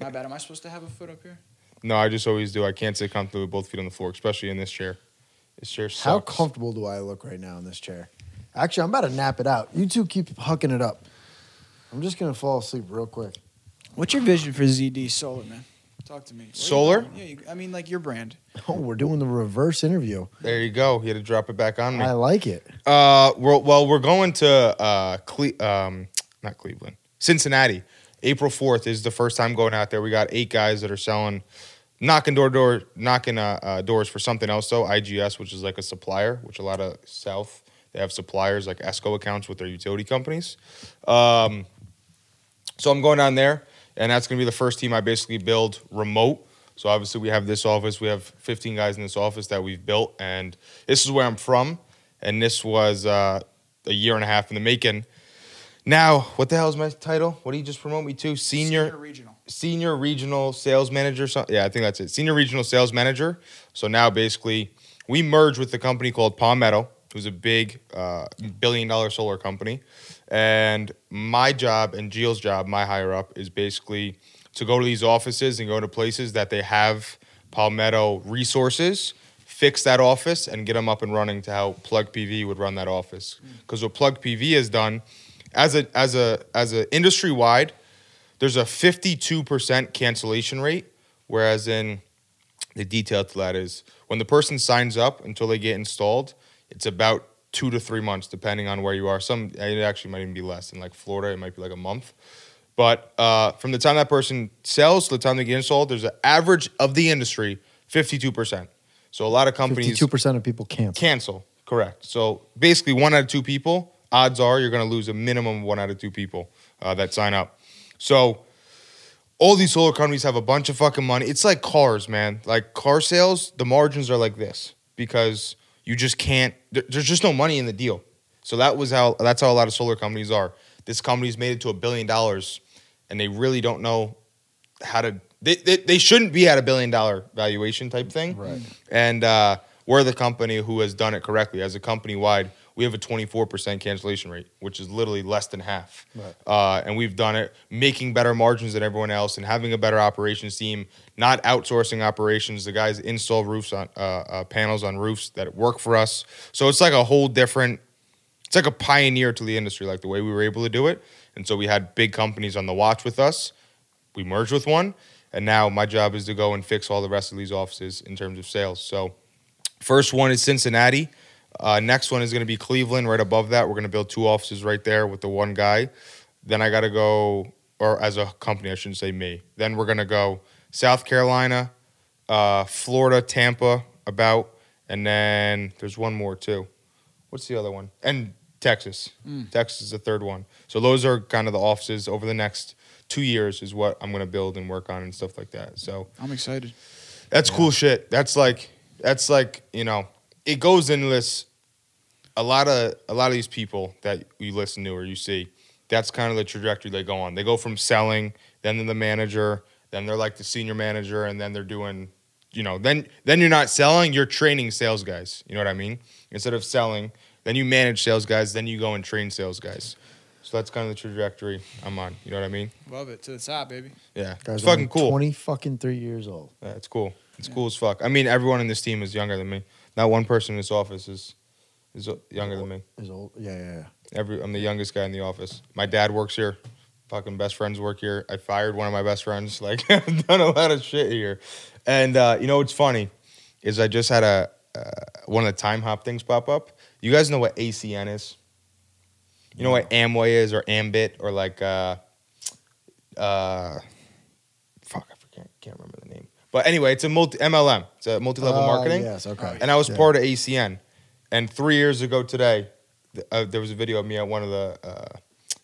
S2: My bad. Am I supposed to have a foot up here?
S4: No, I just always do. I can't sit comfortably with both feet on the floor, especially in this chair. This chair sucks.
S1: How comfortable do I look right now in this chair? Actually, I'm about to nap it out. You two keep hucking it up. I'm just gonna fall asleep real quick.
S2: What's your vision for ZD Solar, man? Talk to me. Where you
S4: Solar?
S2: going? Yeah, you, I mean, like your brand.
S1: Oh, we're doing the reverse interview.
S4: There you go. You had to drop it back on me.
S1: I like it.
S4: Uh, we're, well, we're going to uh, Cle- um, not Cleveland, Cincinnati. April fourth is the first time going out there. We got eight guys that are selling, knocking door door, knocking uh, uh, doors for something else though. IGS, which is like a supplier, which a lot of South they have suppliers like ESCO accounts with their utility companies. Um, so I'm going down there, and that's going to be the first team I basically build remote. So obviously we have this office. We have 15 guys in this office that we've built, and this is where I'm from. And this was uh, a year and a half in the making. Now, what the hell is my title? What did you just promote me to? Senior
S2: regional.
S4: senior regional sales manager. so- Yeah, I think that's it. Senior regional sales manager. So now basically, we merged with a company called Palmetto, who's a big uh, billion dollar solar company. And my job and Gio's job, my higher up, is basically to go to these offices and go to places that they have Palmetto resources, fix that office, and get them up and running to how Plug PV would run that office. Because what Plug PV has done, as a as a as a industry wide, there's a 52% cancellation rate, whereas in the detail to that is when the person signs up until they get installed, it's about two to three months, depending on where you are. Some it actually might even be less. In like Florida, it might be like a month. But uh, from the time that person sells to the time they get installed, there's an average of the industry 52%. So a lot of companies
S1: Fifty-two percent of people cancel.
S4: Cancel. Correct. So basically, one out of two people. Odds are you're going to lose a minimum of one out of two people uh, that sign up. So all these solar companies have a bunch of fucking money. It's like cars, man. Like car sales, the margins are like this because you just can't. there- there's just no money in the deal. So that was how. That's how a lot of solar companies are. This company's made it to a billion dollars, and they really don't know how to. They, they, they shouldn't be at a billion dollar valuation type thing.
S1: Right.
S4: And uh, we're the company who has done it correctly. As a company wide, we have a 24% cancellation rate, which is literally less than half.
S1: Right.
S4: Uh, and we've done it making better margins than everyone else and having a better operations team, not outsourcing operations. The guys install roofs on uh, uh, panels on roofs that work for us. So it's like a whole different it's like a pioneer to the industry, like the way we were able to do it. And so we had big companies on the watch with us. We merged with one, and now my job is to go and fix all the rest of these offices in terms of sales. So, first one is Cincinnati. Uh, next one is going to be Cleveland. Right above that, we're going to build two offices right there with the one guy. Then I got to go, or as a company, I shouldn't say me. Then we're going to go South Carolina, uh, Florida, Tampa, about, and then there's one more too. What's the other one? And Texas. Texas is the third one. So those are kind of the offices over the next two years is what I'm going to build and work on and stuff like that. So
S2: I'm excited.
S4: that's cool shit. That's like that's like you know it goes in this. A lot of a lot of these people that you listen to or you see, that's kind of the trajectory they go on. They go from selling, then they're the manager, then they're like the senior manager, and then they're doing, you know, then then you're not selling, you're training sales guys. You know what I mean? Instead of selling, then you manage sales guys, then you go and train sales guys. So that's kind of the trajectory I'm on. You know what I mean?
S2: Love it. To the top, baby.
S4: Yeah,
S1: Guys,
S4: it's
S1: I'm
S4: fucking cool.
S1: Twenty fucking three years old.
S4: Yeah, it's cool. It's cool as fuck. I mean, everyone in this team is younger than me. Not one person in this office is is younger than me.
S1: Is old. Yeah, yeah, yeah.
S4: Every I'm the youngest guy in the office. My dad works here. Fucking best friends work here. I fired one of my best friends. Like I've done a lot of shit here. And uh, you know what's funny is I just had a uh, one of the time hop things pop up. You guys know what ACN is? You know what Amway is or Ambit or like uh uh fuck I forget can't remember the name. But anyway, it's a multi MLM. It's a multi-level
S1: Ah,
S4: marketing.
S1: Yes. Okay.
S4: And I was
S1: Yeah.
S4: part of ACN. And three years ago today, th- uh, there was a video of me at one of the uh,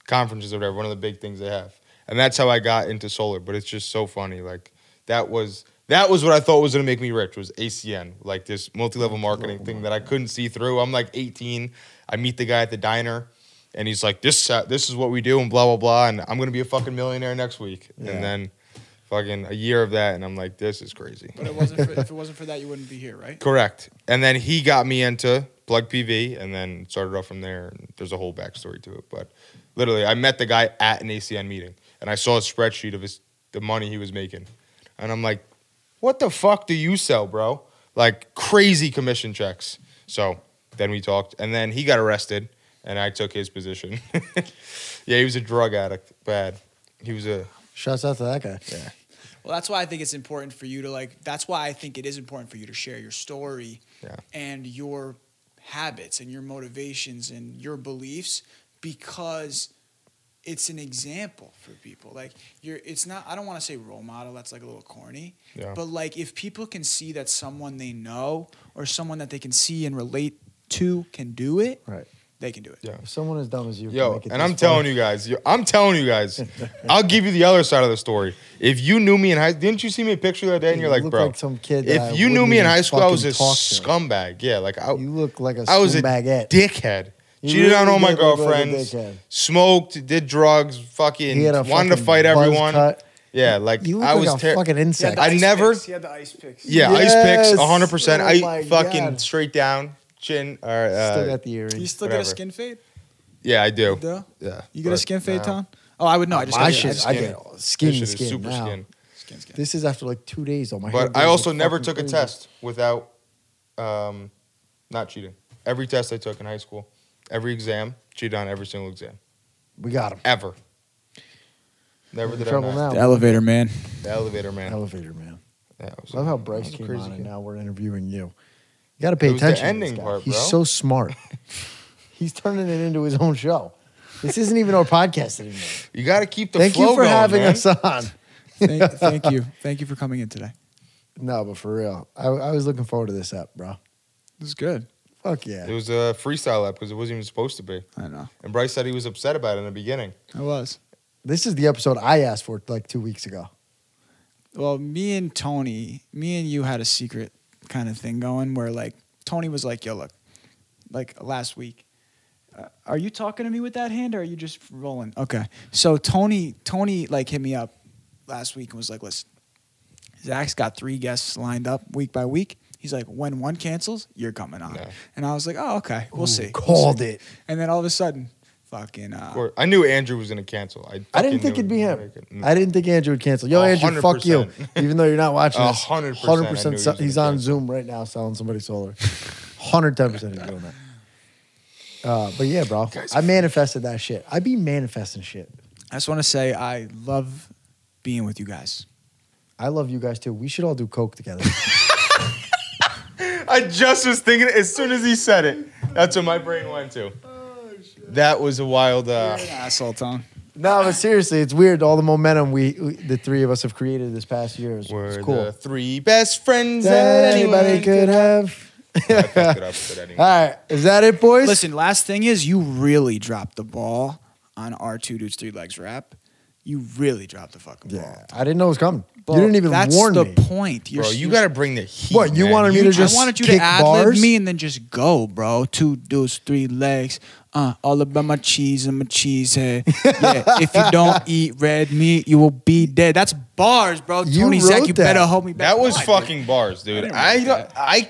S4: conferences or whatever, one of the big things they have. And that's how I got into solar. But it's just so funny. Like that was that was what I thought was gonna make me rich was ACN, like this multi-level marketing thing that I couldn't see through. I'm like 18. I meet the guy at the diner. And he's like, "This, uh, this is what we do," and blah blah blah. And I'm gonna be a fucking millionaire next week.
S1: Yeah.
S4: And then, fucking a year of that, and I'm like, "This is crazy."
S2: But it wasn't for, if it wasn't for that, you wouldn't be here, right?
S4: Correct. And then he got me into plug PV, and then started off from there. And there's a whole backstory to it, but literally, I met the guy at an ACN meeting, and I saw a spreadsheet of his the money he was making, and I'm like, what the fuck do you sell, bro? Like crazy commission checks. So then we talked, and then he got arrested, and I took his position. yeah, he was a drug addict, bad. He was a
S1: Shouts out to that guy. Yeah.
S2: Well, that's why I think it's important for you to like. That's why I think it is important for you to share your story
S4: Yeah.
S2: and your habits and your motivations and your beliefs because it's an example for people. Like you're, it's not. I don't want to say role model. That's like a little corny.
S4: Yeah.
S2: But like, if people can see that someone they know or someone that they can see and relate to can do it,
S1: Right.
S2: they can do it.
S4: yeah.
S1: If someone as dumb as you,
S4: Yo, and I'm telling you guys, yo- I'm telling you guys, I'll give you the other side of the story. If you knew me in high, didn't you see me a picture the other day? And
S1: You
S4: you're like,
S1: look
S4: bro,
S1: like some kid that I
S4: If you knew
S1: wouldn't
S4: me in
S1: even
S4: high school, I was a
S1: fucking talk to.
S4: scumbag. Yeah, like I,
S1: you look like a
S4: I was a
S1: scumbagette.
S4: dickhead.
S1: You
S4: Cheated on
S1: really
S4: all my
S1: did look like a
S4: girlfriends,
S1: dickhead.
S4: smoked, did drugs, fucking
S1: He had a
S4: wanted to
S1: fucking
S4: fight
S1: buzz
S4: everyone.
S1: cut.
S4: Yeah, like
S1: You look
S4: I
S1: like
S4: was
S1: a
S4: ter-
S1: fucking
S2: Yeah,
S1: insect.
S4: I never-
S2: He had the ice picks.
S4: Yeah, ice
S1: Yes!
S4: picks, 100. percent
S1: Oh
S4: I
S1: my
S4: fucking
S1: God.
S4: straight down, chin or uh,
S1: Still got the
S2: You
S1: earrings.
S2: still get
S4: Whatever.
S2: a skin fade?
S4: yeah, I do.
S2: Duh.
S4: Yeah,
S2: You get a
S4: but
S2: skin fade,
S4: no.
S2: Tom? Oh, I would know. I just
S1: uh, My
S2: got- I
S1: shit,
S2: just
S1: I
S2: get
S1: get
S2: it.
S4: That
S1: skin
S4: shit
S1: to
S4: is
S1: skin
S4: super
S1: now.
S4: skin.
S2: Skin, skin.
S1: This is after like two days. Oh my hair
S4: But I
S1: grows
S4: also
S1: like
S4: never
S1: fucking
S4: took a
S1: crazy.
S4: test without um, not cheating. Every test I took in high school, every exam, cheated on every single exam.
S1: We got him.
S4: Ever. Never
S1: In
S4: did
S1: trouble
S4: I not.
S1: now.
S2: The elevator, man.
S4: The elevator man.
S1: Elevator man.
S4: Yeah, it was-
S1: Love
S4: I
S1: how
S4: was
S1: Bryce
S4: a
S1: came
S4: crazy
S1: on
S4: kid.
S1: and now we're interviewing you. You got to pay
S4: It was the
S1: attention. to
S4: ending
S1: this guy.
S4: part,
S1: He's
S4: bro.
S1: so smart. He's turning it into his own show. This isn't even our podcast anymore.
S4: You got to keep the
S1: Thank
S4: flow
S1: you for
S4: going,
S1: having
S4: man.
S1: us on.
S2: Thank, thank you. Thank you for coming in today.
S1: No, but for real, I, I was looking forward to this app, bro.
S2: This is good.
S1: Fuck yeah.
S4: It was a freestyle app because it wasn't even supposed to be.
S2: I know.
S4: And Bryce said he was upset about it in the beginning.
S2: I was.
S1: This is the episode I asked for like two weeks ago.
S2: Well, me and Tony, me and you had a secret kind of thing going where like Tony was like, "Yo, look, like last week, uh, are you talking to me with that hand or are you just rolling?" Okay. So Tony, Tony like hit me up last week and was like, "Listen, Zach's got three guests lined up week by week." He's like, "When one cancels, you're coming on,"
S4: Yeah.
S2: and I was like, "Oh, okay, we'll
S1: Ooh,
S2: see." We'll
S1: Called
S2: see."
S1: it.
S2: And then all of a sudden, fucking. Uh,
S4: Of course, I knew Andrew was going to cancel. I,
S1: I
S4: fucking
S1: didn't think
S4: knew
S1: it'd be
S4: he was
S1: him.
S4: gonna cancel.
S1: I didn't think Andrew would cancel. Yo,
S4: A
S1: Andrew,
S4: hundred
S1: fuck you.
S4: percent.
S1: Even though you're not watching
S4: A
S1: this.
S4: hundred percent, I knew he was
S1: so-
S4: gonna
S1: He's on
S4: cancel.
S1: Zoom right now selling somebody's solar. 110% he's doing that. Uh, but yeah, bro,
S4: Guys-
S1: I manifested that shit. I be manifesting shit.
S2: I just want to say I love being with you guys.
S1: I love you guys too. We should all do coke together.
S4: I just was thinking as soon as he said it. That's what my brain went to. That was a wild. Uh,
S2: You're an asshole, Tom.
S1: no, but seriously, it's weird. All the momentum we, we the three of us have created this past year is
S4: we're
S1: it's cool.
S4: the three best friends
S1: that anybody
S4: anyone
S1: could have.
S4: I fucked it up, but anyway.
S1: All right, is that it, boys?
S2: Listen, last thing is you really dropped the ball on our two dudes three legs rap. You really dropped the fucking
S1: Yeah,
S2: ball.
S1: I didn't know it was coming.
S2: But
S1: you didn't even
S2: that's
S1: warn
S2: the
S1: me.
S2: point. You're,
S4: Bro, you got to bring the heat.
S1: What, you
S4: man.
S1: wanted me to
S2: I
S1: just
S2: wanted you
S1: kick
S2: to ad
S1: bars?
S2: lib me and then just go, bro. Two dudes, three legs. Uh, all about my cheese and my cheese head. Yeah, if you don't eat red meat, you will be dead. That's bars, bro.
S1: You
S2: Tony Zach,
S1: wrote
S2: you
S1: that.
S2: better hold me back.
S4: That was
S2: No, I didn't.
S4: fucking bars, dude.
S2: didn't
S4: I
S2: write
S4: don't, I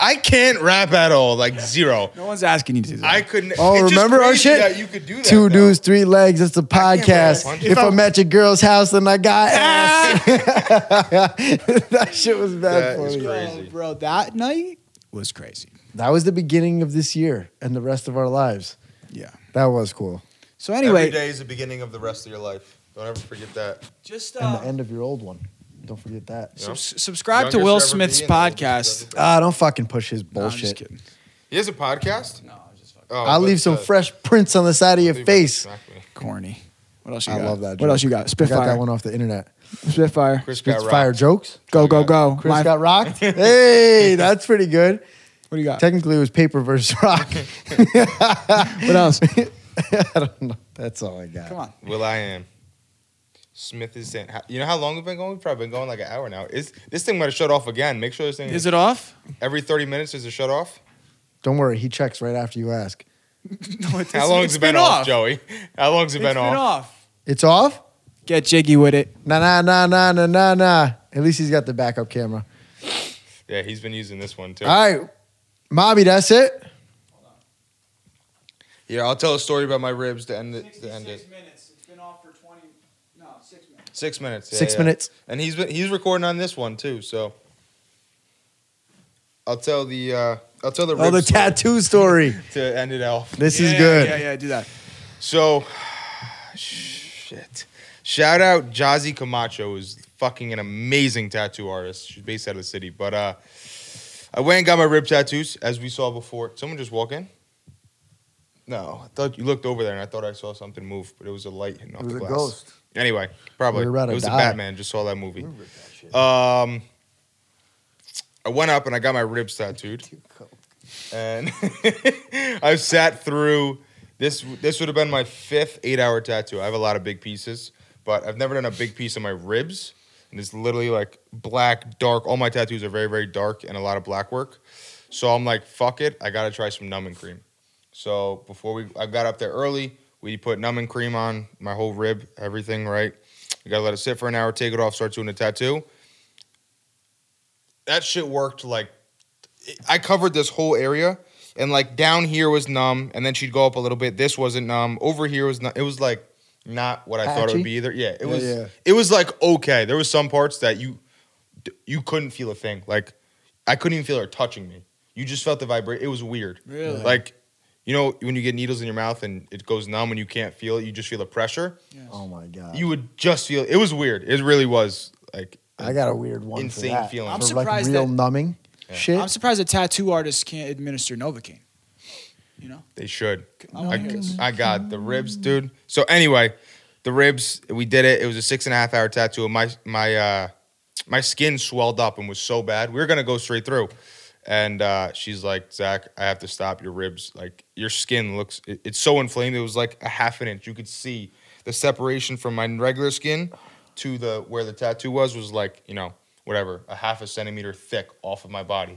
S4: I can't rap at all, like zero.
S2: No one's asking you to. do that.
S4: I couldn't.
S1: Oh,
S4: it's just
S1: remember our
S4: crazy
S1: shit?
S4: That you could do that.
S1: Two
S4: though.
S1: dudes, three legs. It's a
S4: can't believe
S1: podcast.
S4: I-
S1: If
S4: if
S1: I'm
S4: I-
S1: at your girl's house and I got ass, that shit was bad
S4: Ah! That
S1: for
S4: is
S1: me.
S4: crazy.
S2: Oh, bro, that night was crazy.
S1: That was the beginning of this year and the rest of our lives.
S2: Yeah.
S1: That was cool.
S2: So
S4: Every
S2: anyway,
S4: day is the beginning of the rest of your life. Don't ever forget that.
S2: just
S1: And the
S2: uh,
S1: end of your old one. Don't forget that.
S4: Yeah.
S2: sub- subscribe to
S4: Youngest
S2: Will
S4: ever
S2: Smith's
S4: being oldest
S2: podcast.
S4: ever.
S1: Ah, don't fucking push his
S2: No, I'm just
S1: bullshit.
S2: kidding.
S4: He has a podcast.
S2: No, I'm just fucking
S4: Oh,
S1: I'll leave
S4: but,
S1: some
S4: uh,
S1: fresh prints on the side of your
S4: leave it
S1: face.
S4: exactly.
S2: corny. What else you
S1: I
S2: got?
S1: love that.
S2: What
S1: joke.
S2: else you got?
S1: I got
S2: Spitfire.
S1: that one off the internet.
S2: Spitfire.
S4: Chris got rocked.
S1: Fire jokes.
S2: Go go go.
S1: Chris
S2: Line-
S1: got rocked. hey, that's pretty good.
S2: what do you got?
S1: Technically, it was paper versus rock.
S2: What else?
S1: I don't know. That's all I got.
S2: Come on.
S4: Will I am. Smith is in. how- You know how long we've been going? We've probably been going like an hour now. Is this thing might have shut off again? Make sure this thing
S2: Is it off?
S4: every thirty minutes is a shut off.
S1: Don't worry. He checks right after you ask.
S2: No, it's,
S4: How long has it been, off, Joey? How long's it
S2: It's
S4: been off?
S1: It's off?
S2: Get jiggy with it.
S1: Nah, nah, nah, nah, nah, nah, nah. At least he's got the backup camera.
S4: Yeah, he's been using this one too.
S1: All right. Mobby, that's it.
S4: Yeah, I'll tell a story about my ribs to end it. To end it.
S2: minutes. It's been off for 20, no, six minutes.
S4: Six minutes. yeah,
S1: Six
S4: yeah.
S1: minutes.
S4: And he's been, he's recording on this one too. So I'll tell the uh, I'll tell the
S1: Oh, the
S4: ribs story
S1: tattoo story.
S4: to end it off.
S1: This is good.
S2: Yeah, yeah, do that.
S4: So, shit. Shout out Jazzy Camacho is fucking an amazing tattoo artist. She's based out of the city, but uh, I went and got my rib tattoos as we saw before. Someone just walk in. No, I thought you looked over there and I thought I saw something move, but it was a light hitting off
S1: It was
S4: the
S1: a
S4: glass.
S1: ghost.
S4: Anyway, probably
S1: We were about to
S4: it was a
S1: die.
S4: Batman. Just saw that movie. Um, I went up and I got my ribs tattooed and I've sat through this. This would have been my fifth eight-hour tattoo. I have a lot of big pieces, but I've never done a big piece of my ribs, and it's literally like black, dark. All my tattoos are very, very dark and a lot of black work. So I'm like, fuck it, I gotta try some numbing cream. So before we, I got up there early. We put numbing cream on my whole rib, everything right. You gotta let it sit for an hour, take it off, start doing the tattoo. That shit worked like I covered this whole area, and like down here was numb, and then she'd go up a little bit. This wasn't numb. Over here was numb. It was like not what I thought it
S1: Patchy?
S4: would be either. Yeah, it
S1: Yeah,
S4: was.
S1: yeah.
S4: It was like okay. There was some parts that you you couldn't feel a thing. Like I couldn't even feel her touching me. You just felt the vibrate. It was weird.
S2: Really?
S4: Like you know when you get needles in your mouth and it goes numb and you can't feel it. You just feel the pressure.
S2: Yes.
S1: Oh my god.
S4: You would just feel. It was weird. It really was like
S1: I got a weird one.
S4: Insane
S1: for that.
S4: feeling.
S2: I'm
S1: for like
S2: surprised
S1: real
S2: that-
S1: numbing shit.
S2: I'm surprised a tattoo artist can't administer Novocaine. You know?
S4: they should.
S2: I wanna
S4: I,
S2: hear this.
S4: I got the ribs, dude. So anyway, the ribs, we did it. It was a six and a half hour tattoo. and My my uh my skin swelled up and was so bad. We were gonna go straight through. And uh, she's like, Zach, I have to stop your ribs. Like your skin looks it- it's so inflamed. It was like a half an inch. You could see the separation from my regular skin to the where the tattoo was was like, you know, whatever, a half a centimeter thick off of my body.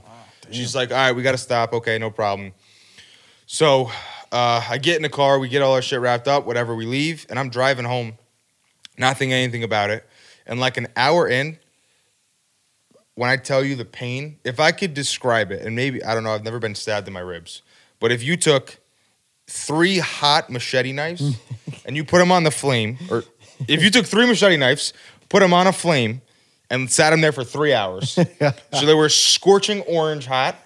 S4: she's like, all right, we gotta stop. Okay, no problem. So uh, I get in the car, we get all our shit wrapped up, whatever, we leave, and I'm driving home, not thinking anything about it. And like an hour in, when I tell you the pain, if I could describe it, and maybe, I don't know, I've never been stabbed in my ribs, but if you took three hot machete knives and you put them on the flame, or if you took three machete knives, put them on a flame, and sat them there for three hours. So they were scorching orange hot.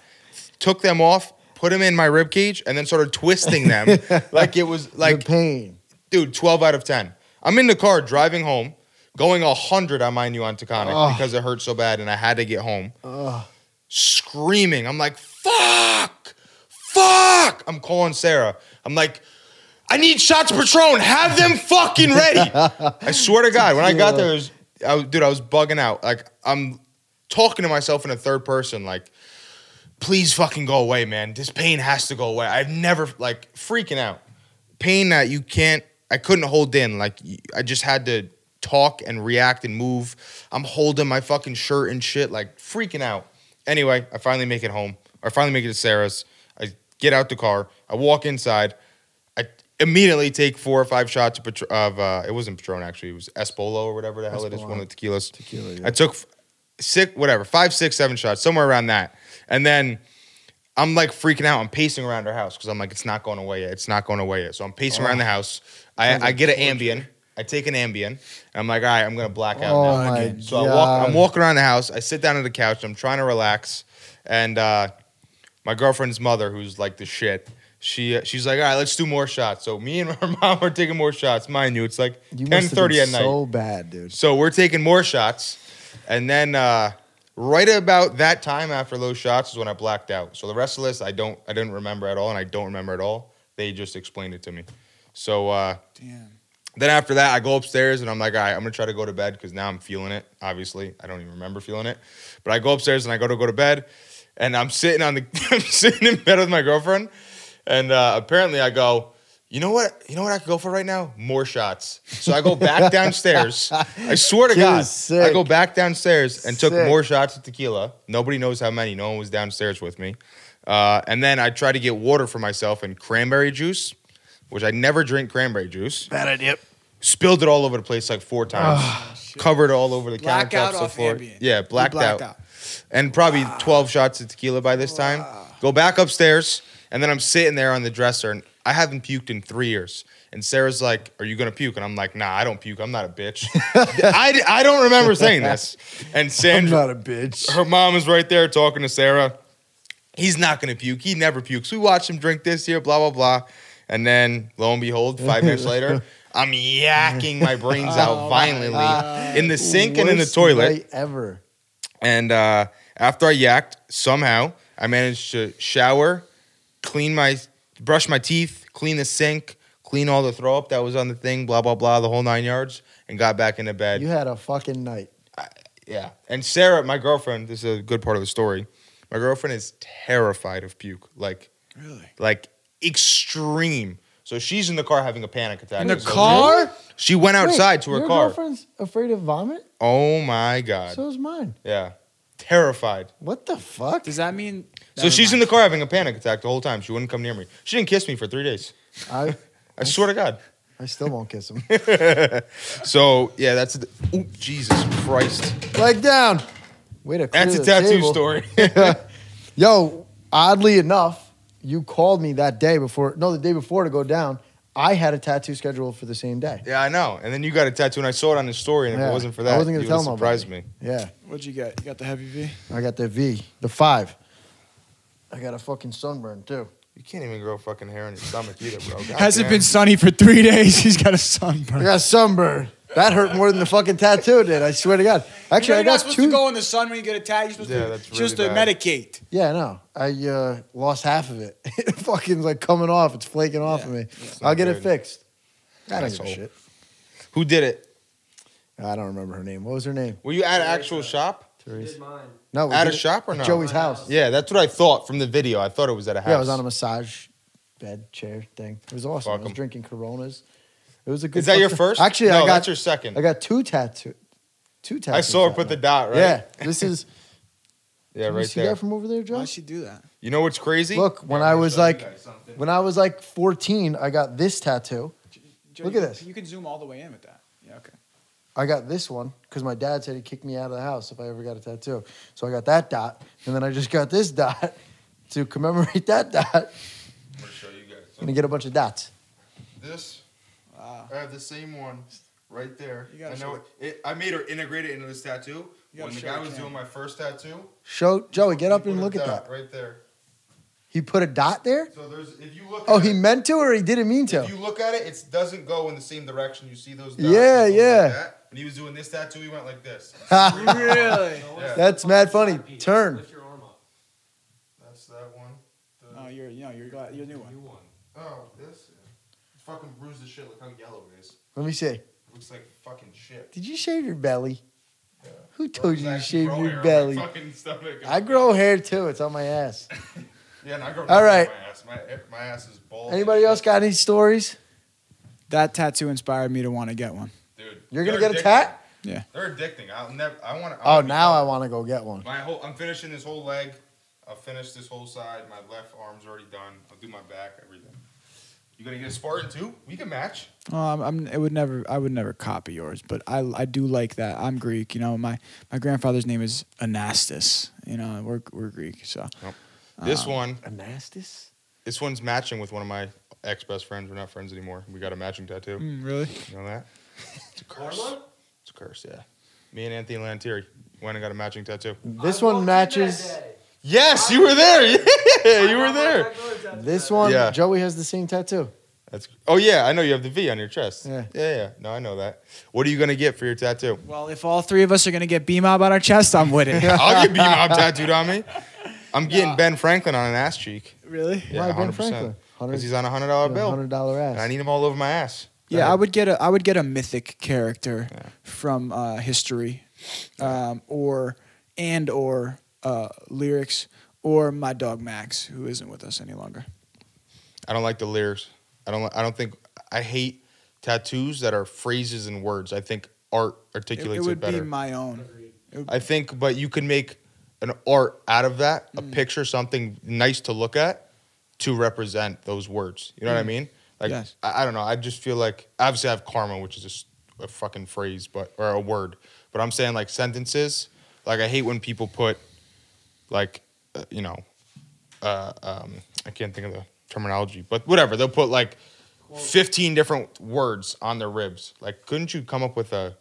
S4: Took them off, put them in my rib cage, and then started twisting them like it was
S1: the
S4: like
S1: pain.
S4: dude, 12 out of 10. I'm in the car driving home, going 100, I mind you, on Taconic
S1: Ugh.
S4: because it hurt so bad and I had to get home. Screaming. I'm like, fuck, fuck. I'm calling Sarah. I'm like, I need shots Patron. Have them fucking ready. I swear to God, when I got there, it was, I was, dude, I was bugging out. Like, I'm talking to myself in a third person, like, please fucking go away, man. This pain has to go away. I've never, like, freaking out pain that you can't i couldn't hold in like y- i just had to talk and react and move i'm holding my fucking shirt and shit like freaking out anyway i finally make it home i finally make it to sarah's i get out the car i walk inside i immediately take four or five shots of, Patr- of uh, it wasn't patron actually it was espolo or whatever the hell it is one of the tequilas
S1: Tequila, yeah.
S4: i took f- six whatever five six seven shots somewhere around that and then I'm like freaking out. I'm pacing around her house because I'm like, it's not going away yet. It's not going away yet. So I'm pacing
S1: Oh.
S4: around the house. I, I get an Ambien. I take an Ambien. And I'm like, all right, I'm gonna black out
S1: Oh
S4: now.
S1: my
S4: So I walk,
S1: God.
S4: I'm walking around the house. I sit down on the couch. I'm trying to relax, and uh, my girlfriend's mother, who's like the shit. She, uh, she's like, all right, let's do more shots. So me and her mom are taking more shots. Mind you, it's like
S1: You
S4: ten
S1: must have
S4: thirty
S1: been
S4: at night.
S1: so bad, dude.
S4: So we're taking more shots. And then uh, right about that time after those shots is when I blacked out. So the rest of this I don't I didn't remember at all and I don't remember at all. They just explained it to me. So uh,
S2: Damn.
S4: then after that I go upstairs and I'm like, all right, I'm gonna try to go to bed because now I'm feeling it. Obviously, I don't even remember feeling it. But I go upstairs and I go to go to bed and I'm sitting on the I'm sitting in bed with my girlfriend. And uh, apparently I go, you know what? You know what I could go for right now? More shots. So I go back downstairs. I swear to
S1: Dude,
S4: God,
S1: sick.
S4: I go back downstairs and took
S1: Sick.
S4: more shots of tequila. Nobody knows how many. No one was downstairs with me. Uh, and then I tried to get water for myself and cranberry juice, which I never drink cranberry juice. Bad idea. Spilled it all over the place like four times. covered all over the
S2: Blackout
S4: countertops, the
S2: off
S4: floor.
S2: Ambien.
S4: Yeah,
S2: You
S4: blacked,
S2: blacked
S4: out.
S2: out.
S4: And probably 12 shots of tequila by this time. Go back upstairs, and then I'm sitting there on the dresser, and I haven't puked in three years. And Sarah's like, "Are you gonna puke?" And I'm like, "Nah, I don't puke. I'm not a bitch." I, I don't remember saying this. And
S1: I'm
S4: Sandra,
S1: not a bitch.
S4: her mom is right there talking to Sarah. He's not going to puke. He never pukes. We watched him drink this year, blah, blah, blah. And then, lo and behold, five minutes later, I'm yakking my brains out violently in the sink and in
S1: Oh
S4: the
S1: Worst
S4: toilet.
S1: night ever.
S4: And uh, after I yacked, somehow I managed to shower, clean my, brush my teeth, clean the sink, clean all the throw up that was on the thing, blah, blah, blah, the whole nine yards, and got back into bed.
S1: You had a fucking night.
S4: Yeah. And Sarah, my girlfriend, this is a good part of the story. My girlfriend is terrified of puke, like
S2: Really?
S4: like extreme. So she's in the car having a panic attack.
S2: In the
S4: So
S2: car?
S4: She went outside
S1: Wait,
S4: to her
S1: your
S4: car.
S1: girlfriend's afraid of vomit.
S4: Oh my god.
S1: So is mine.
S4: yeah. Terrified.
S1: What the fuck?
S2: Does that mean?
S4: so she's in the car having a panic attack the whole time. She wouldn't come near me. She didn't kiss me for three days.
S1: I
S4: I swear to God.
S1: I still won't kiss him.
S4: So yeah, that's the, ooh, Jesus Christ.
S1: Leg down. Way to clear
S4: That's a
S1: the
S4: tattoo
S1: table.
S4: story.
S1: Yo, oddly enough, you called me that day before. No, the day before to go down. I had a tattoo scheduled for the same day.
S4: yeah, I know. And then you got a tattoo, and I saw it on the story. And if
S1: Yeah.
S4: it wasn't for
S1: I
S4: that,
S1: wasn't gonna
S4: you
S1: tell
S4: would
S1: nobody.
S4: surprise me.
S1: Yeah,
S2: What'd you get? You got the heavy V.
S1: I got the V, the five. I got a fucking sunburn too.
S4: You can't even grow fucking hair on your stomach either, bro. God
S2: Hasn't
S4: damn.
S2: been sunny for three days. He's got a
S1: I
S2: sunburn.
S1: got a sunburn. That hurt more than the fucking tattoo did. I swear to God. Actually, I
S2: You're
S1: got
S2: not supposed
S1: two.
S2: to go in the sun when you get a tattoo. You're supposed
S4: Yeah,
S2: to,
S4: that's
S2: you're supposed
S4: really
S2: to
S4: bad.
S2: medicate.
S1: yeah, no, I uh, lost half of it. it fucking like coming off. It's flaking off
S2: Yeah.
S1: of me.
S4: not
S1: I'll get
S4: good.
S1: it fixed. I don't give a
S4: Asshole.
S1: shit.
S4: Who did it?
S1: I don't remember her name. What was her name?
S4: Were you at an actual shop?
S1: Therese.
S5: mine.
S1: No, we
S4: At a
S1: did it
S4: shop or
S1: at
S4: not?
S1: Joey's house.
S4: Yeah, that's what I thought from the video. I thought it was at a house.
S1: Yeah, I was on a massage bed chair thing. It was awesome.
S4: Fuck
S1: I was
S4: 'em.
S1: drinking Coronas. It was a good.
S4: Is that your
S1: fucking-
S4: first?
S1: Actually,
S4: no,
S1: I got
S4: that's your second.
S1: I
S4: I,
S1: got two tattoo, two tattoos.
S4: saw her
S1: that
S4: put the
S1: night.
S4: dot right.
S1: Yeah, this is.
S4: yeah,
S1: can you
S4: right
S1: see
S4: there.
S1: that from over there, Josh?
S2: Why'd she do that?
S4: you know what's crazy?
S1: Look, when I was like, when I was like 14, I got this tattoo.
S2: Joe,
S1: Look
S2: you
S1: at
S2: can-
S1: this.
S2: You can zoom all the way in with that. Yeah. Okay.
S1: I got this one because my dad said he'd kick me out of the house if I ever got a tattoo. So I got that dot, and then I just got this dot to commemorate that dot,
S4: I'm gonna show you guys.
S1: and I get a bunch of dots.
S4: This,
S1: Ah.
S2: Wow.
S4: I have the same one right there.
S2: You gotta I know show-
S4: it, I made her integrate it into this tattoo.
S2: You gotta When the show guy the was camera. doing
S4: my first tattoo,
S1: Show Joey, get up and look at that.
S4: right there.
S1: He put a dot there.
S4: So there's if you look.
S1: Oh, he meant to or he didn't mean
S4: If
S1: to?
S4: you look at it, it doesn't go in the same direction. You see those? Dots
S1: Yeah,
S4: that go
S1: yeah.
S4: Like that. When he was doing this tattoo, he went like this.
S2: really?
S4: Yeah.
S1: That's mad funny. Turn.
S5: Lift your arm up.
S4: That's that one. The-
S2: No, Oh, you're no, you're glad, you're new one.
S5: New one.
S4: oh, this. Fucking bruise the shit. Look how yellow it is.
S1: Let me see.
S4: Looks like fucking shit.
S1: Did you shave your belly? Who told
S4: Bro's
S1: you to
S4: actually
S1: shave
S4: grow hair
S1: your
S4: on
S1: belly?
S4: My fucking stomach.
S1: I grow hair too. It's on my ass.
S4: Yeah, and I grow.
S1: All
S4: All
S1: right.
S4: right. My ass. My, my ass is bald.
S1: Anybody else got any stories?
S2: That tattoo inspired me to want to get one.
S4: Dude,
S1: You're gonna
S4: they're
S1: get a
S4: addicting.
S1: tat?
S2: Yeah.
S4: They're addicting. I'll never. I want to.
S1: Oh, now I want to go get one.
S4: My whole. I'm finishing this whole leg. I'll finish this whole side. My left arm's already done. I'll do my back. Everything. You gonna get a Spartan too? We can match.
S2: Well, Oh, I'm, I'm, it would never, I would never copy yours, but I, I do like that. I'm Greek, you know. My, my grandfather's name is Anastas, you know. We're, we're Greek, so
S4: This one,
S1: Anastas?
S4: this one's matching with one of my ex best friends. We're not friends anymore. We got a matching tattoo.
S2: Mm, really.
S4: You know that? It's a curse. Mm. It's a curse. Yeah. Me and Anthony Lantieri went and got a matching tattoo.
S1: This
S5: I walked
S1: one
S5: in
S1: matches.
S5: that day.
S4: Yes, you were there. Yeah,
S5: I
S4: you were
S5: got my
S4: there.
S5: regular tattoo
S1: This
S5: that
S1: one,
S4: Yeah.
S1: Joey has the same tattoo.
S4: That's. Oh yeah, I know you have the V on your chest.
S1: Yeah.
S4: Yeah, yeah. No, I know that. What are you gonna get for your tattoo?
S2: Well, if all three of us are gonna get B mob on our chest, I'm with it.
S4: I'll get B Mob tattooed on me. I'm getting Ben Franklin on an ass cheek.
S2: really?
S4: Yeah,
S1: Why Ben
S4: 100%.
S1: Franklin?
S4: Because he's
S1: Hundred
S4: on a hundred dollar bill.
S1: hundred dollar
S4: And I
S1: ass.
S4: need him all over my ass.
S2: Yeah, I would get a I would get a mythic character from uh, history, um, or and or uh, lyrics, or my dog Max, who isn't with us any longer.
S4: I don't like the lyrics. I don't. li- I don't think. I hate tattoos that are phrases and words. I think art
S2: It, it
S4: articulates it,
S2: would be
S4: better.
S2: my own.
S4: I think, but you can make an art out of that, a picture, something nice to look at, to represent those words. You know what I mean? Like
S2: Yes.
S4: I, I don't know. I just feel like obviously I have karma, which is just a fucking phrase, but or a word. But I'm saying like sentences. Like I hate when people put like uh, you know uh, um, I can't think of the terminology, but whatever. They'll put like 15 different words on their ribs. Like, couldn't you come up with a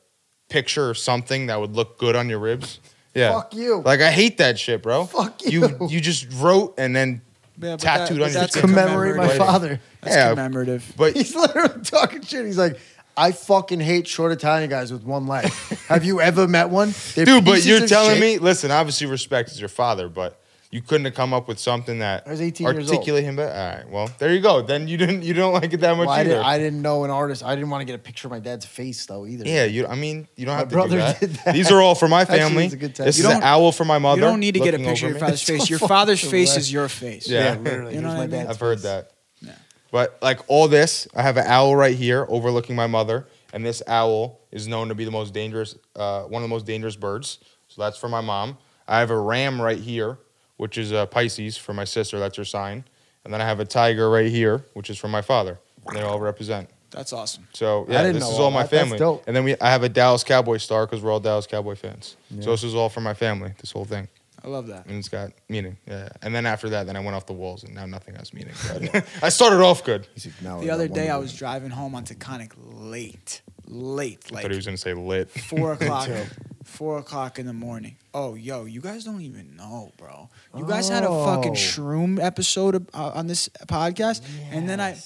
S4: picture or something that would look good on your ribs? Yeah.
S1: Fuck you.
S4: Like, I hate that shit, bro.
S1: Fuck
S4: You,
S1: you.
S4: you just wrote and then
S2: Yeah, but that-
S4: tattooed
S2: but
S4: on your
S2: that's
S4: skin.
S1: commemorate my
S4: commemorative.
S1: father.
S2: That's
S4: Yeah.
S2: commemorative.
S4: But
S1: He's literally talking shit. He's like, I fucking hate short Italian guys with one leg. Have you ever met one? They're
S4: dude, but
S1: pieces
S4: you're
S1: of
S4: telling
S1: shit.
S4: me, listen, obviously respect is your father, but you couldn't have come up with something that
S1: I was 18 years old.
S4: articulate him better. All right, well, there you go. Then you didn't you don't like it that much
S1: Well, I,
S4: either.
S1: didn't, I didn't know an artist. I didn't want to get a picture of my dad's face though either.
S4: yeah, you. I mean, you don't
S1: My
S4: have to do
S1: brother
S4: that.
S1: did that.
S4: These are all for my
S1: Actually,
S4: family.
S1: it's a good
S4: this
S1: test.
S4: is
S1: You
S4: an
S2: don't-
S4: owl for my mother.
S2: you don't need to get a
S4: looking
S2: picture of
S4: over
S2: your
S4: me.
S2: father's face. Your
S1: Fuck
S2: father's
S1: the
S2: face
S1: West.
S2: is your face.
S4: Yeah.
S1: literally.
S2: You know
S1: Here's my
S2: what I mean?
S1: dad's
S4: I've heard
S1: face.
S4: that.
S2: Yeah.
S4: But like all this, I have an owl right here overlooking my mother, and this owl is known to be the most dangerous, uh, one of the most dangerous birds. So that's for my mom. I have a ram right here, which is uh, Pisces for my sister. That's her sign. And then I have a tiger right here, which is for my father. And they all represent.
S2: That's awesome.
S4: So
S1: I
S4: yeah,
S1: didn't
S4: this
S1: know
S4: is
S1: all
S4: all my
S1: that. That's
S4: family.
S1: dope.
S4: And then we, I have a Dallas Cowboy star because we're all Dallas Cowboy fans.
S1: Yeah.
S4: So this is all for my family. This whole thing
S2: I love that.
S4: and it's got meaning. Yeah. And then after that, then I went off the walls, and now nothing has meaning. But I started off good.
S1: He's like, "No,
S2: The
S1: not
S2: other day
S1: one
S2: I
S1: of
S2: was
S1: them."
S2: driving home on Taconic late, late,
S4: I
S2: like
S4: thought he was gonna say lit.
S2: four o'clock,
S1: too.
S2: four o'clock in the morning. Oh, yo, you guys don't even know, bro. You guys had a
S1: Oh.
S2: fucking shroom episode of, uh, on this podcast, and then I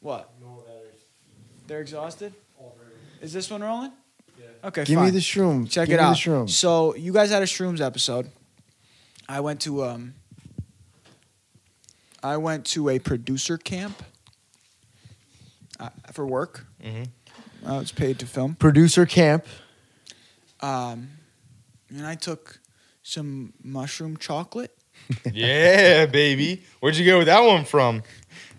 S2: what? They're exhausted. Is this one rolling? Okay,
S1: Give
S2: fine.
S1: me the shroom.
S2: Check
S1: Give
S2: it
S1: me
S2: out.
S1: The shroom.
S2: So you guys had a shrooms episode. I went to um. I went to a producer camp. Uh, for work,
S4: Mhm.
S1: Mm-hmm.
S2: I was paid to film.
S1: Producer camp.
S2: Um, and I took some mushroom chocolate.
S4: yeah, baby. Where'd you get with that one from?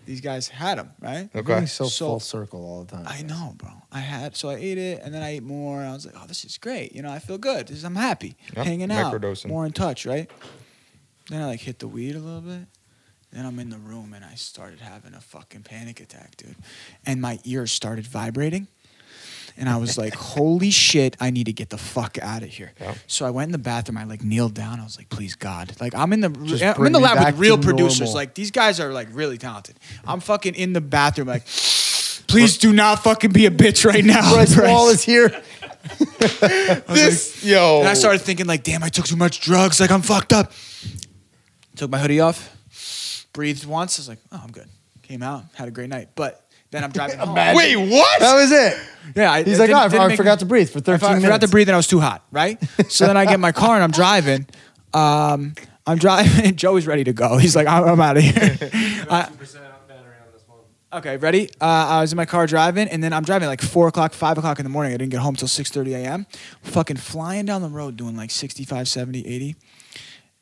S2: These guys had them, right?
S1: You're
S4: Okay.
S1: going so,
S2: So-
S1: full circle all the time.
S2: I know, bro. I had so I ate it, and then I ate more, and I was like, "Oh, this is great. You know, I feel good. This, I'm happy,
S4: Yeah,
S2: hanging out,
S4: microdosing.
S2: more in touch, right?" Then I like hit the weed a little bit. Then I'm in the room, and I started having a fucking panic attack, dude. And my ears started vibrating, and I was like, "Holy shit! I need to get the fuck out of here."
S4: Yeah.
S2: So I went in the bathroom. I like kneeled down. I was like, "Please God!" Like I'm in the
S1: Just
S2: I'm in
S1: bring
S2: the
S1: me
S2: lab
S1: back
S2: with real
S1: to
S2: producers.
S1: normal.
S2: Like these guys are like really talented. I'm fucking in the bathroom like. Please do not fucking be a bitch right now.
S1: Bryce
S2: Bryce.
S1: Wall is here.
S4: This yo.
S1: oh.
S2: And I started thinking like, damn, I took too much drugs. Like I'm fucked up. Took my hoodie off, breathed once. I was like, oh, I'm good. Came out, had a great night. But then I'm driving home.
S1: Imagine.
S4: Wait, what?
S1: That was it.
S2: yeah, I,
S1: He's
S2: it
S1: like,
S2: didn't-
S1: "Oh, I
S2: didn't make-
S1: forgot to breathe for 13
S2: I forgot
S1: minutes."
S2: to breathe and I was too hot, right? So then I get in my car and I'm driving. Um, I'm driving. Joey's ready to go. He's like, I'm, I'm out of here. I- Okay, ready? Uh, I was in my car driving, and then I'm driving like four o'clock, five o'clock in the morning. I didn't get home till six thirty a.m. Fucking flying down the road, doing like 65, 70, 80,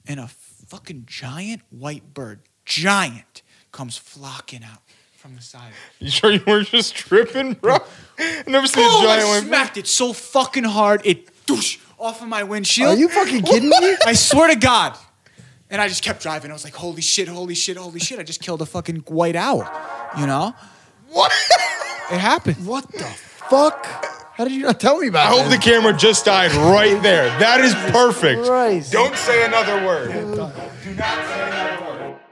S2: and a fucking giant white bird, giant, comes flocking out from the side.
S4: you sure you weren't just tripping, bro? I've never seen
S2: Boom!
S4: a giant
S2: Oh, I
S4: one.
S2: smacked it so fucking hard it douche off of my windshield.
S1: Are you fucking kidding me?
S2: I swear to God. And I just kept driving. I was like, holy shit, holy shit, holy shit. I just killed a fucking white owl. You know?
S4: What?
S2: It happened.
S1: What the fuck? How did you not tell me
S4: I
S1: about
S4: hope the
S1: this?
S4: camera just died right there. That is perfect.
S1: Christ.
S4: Don't say another word. Do not say another word.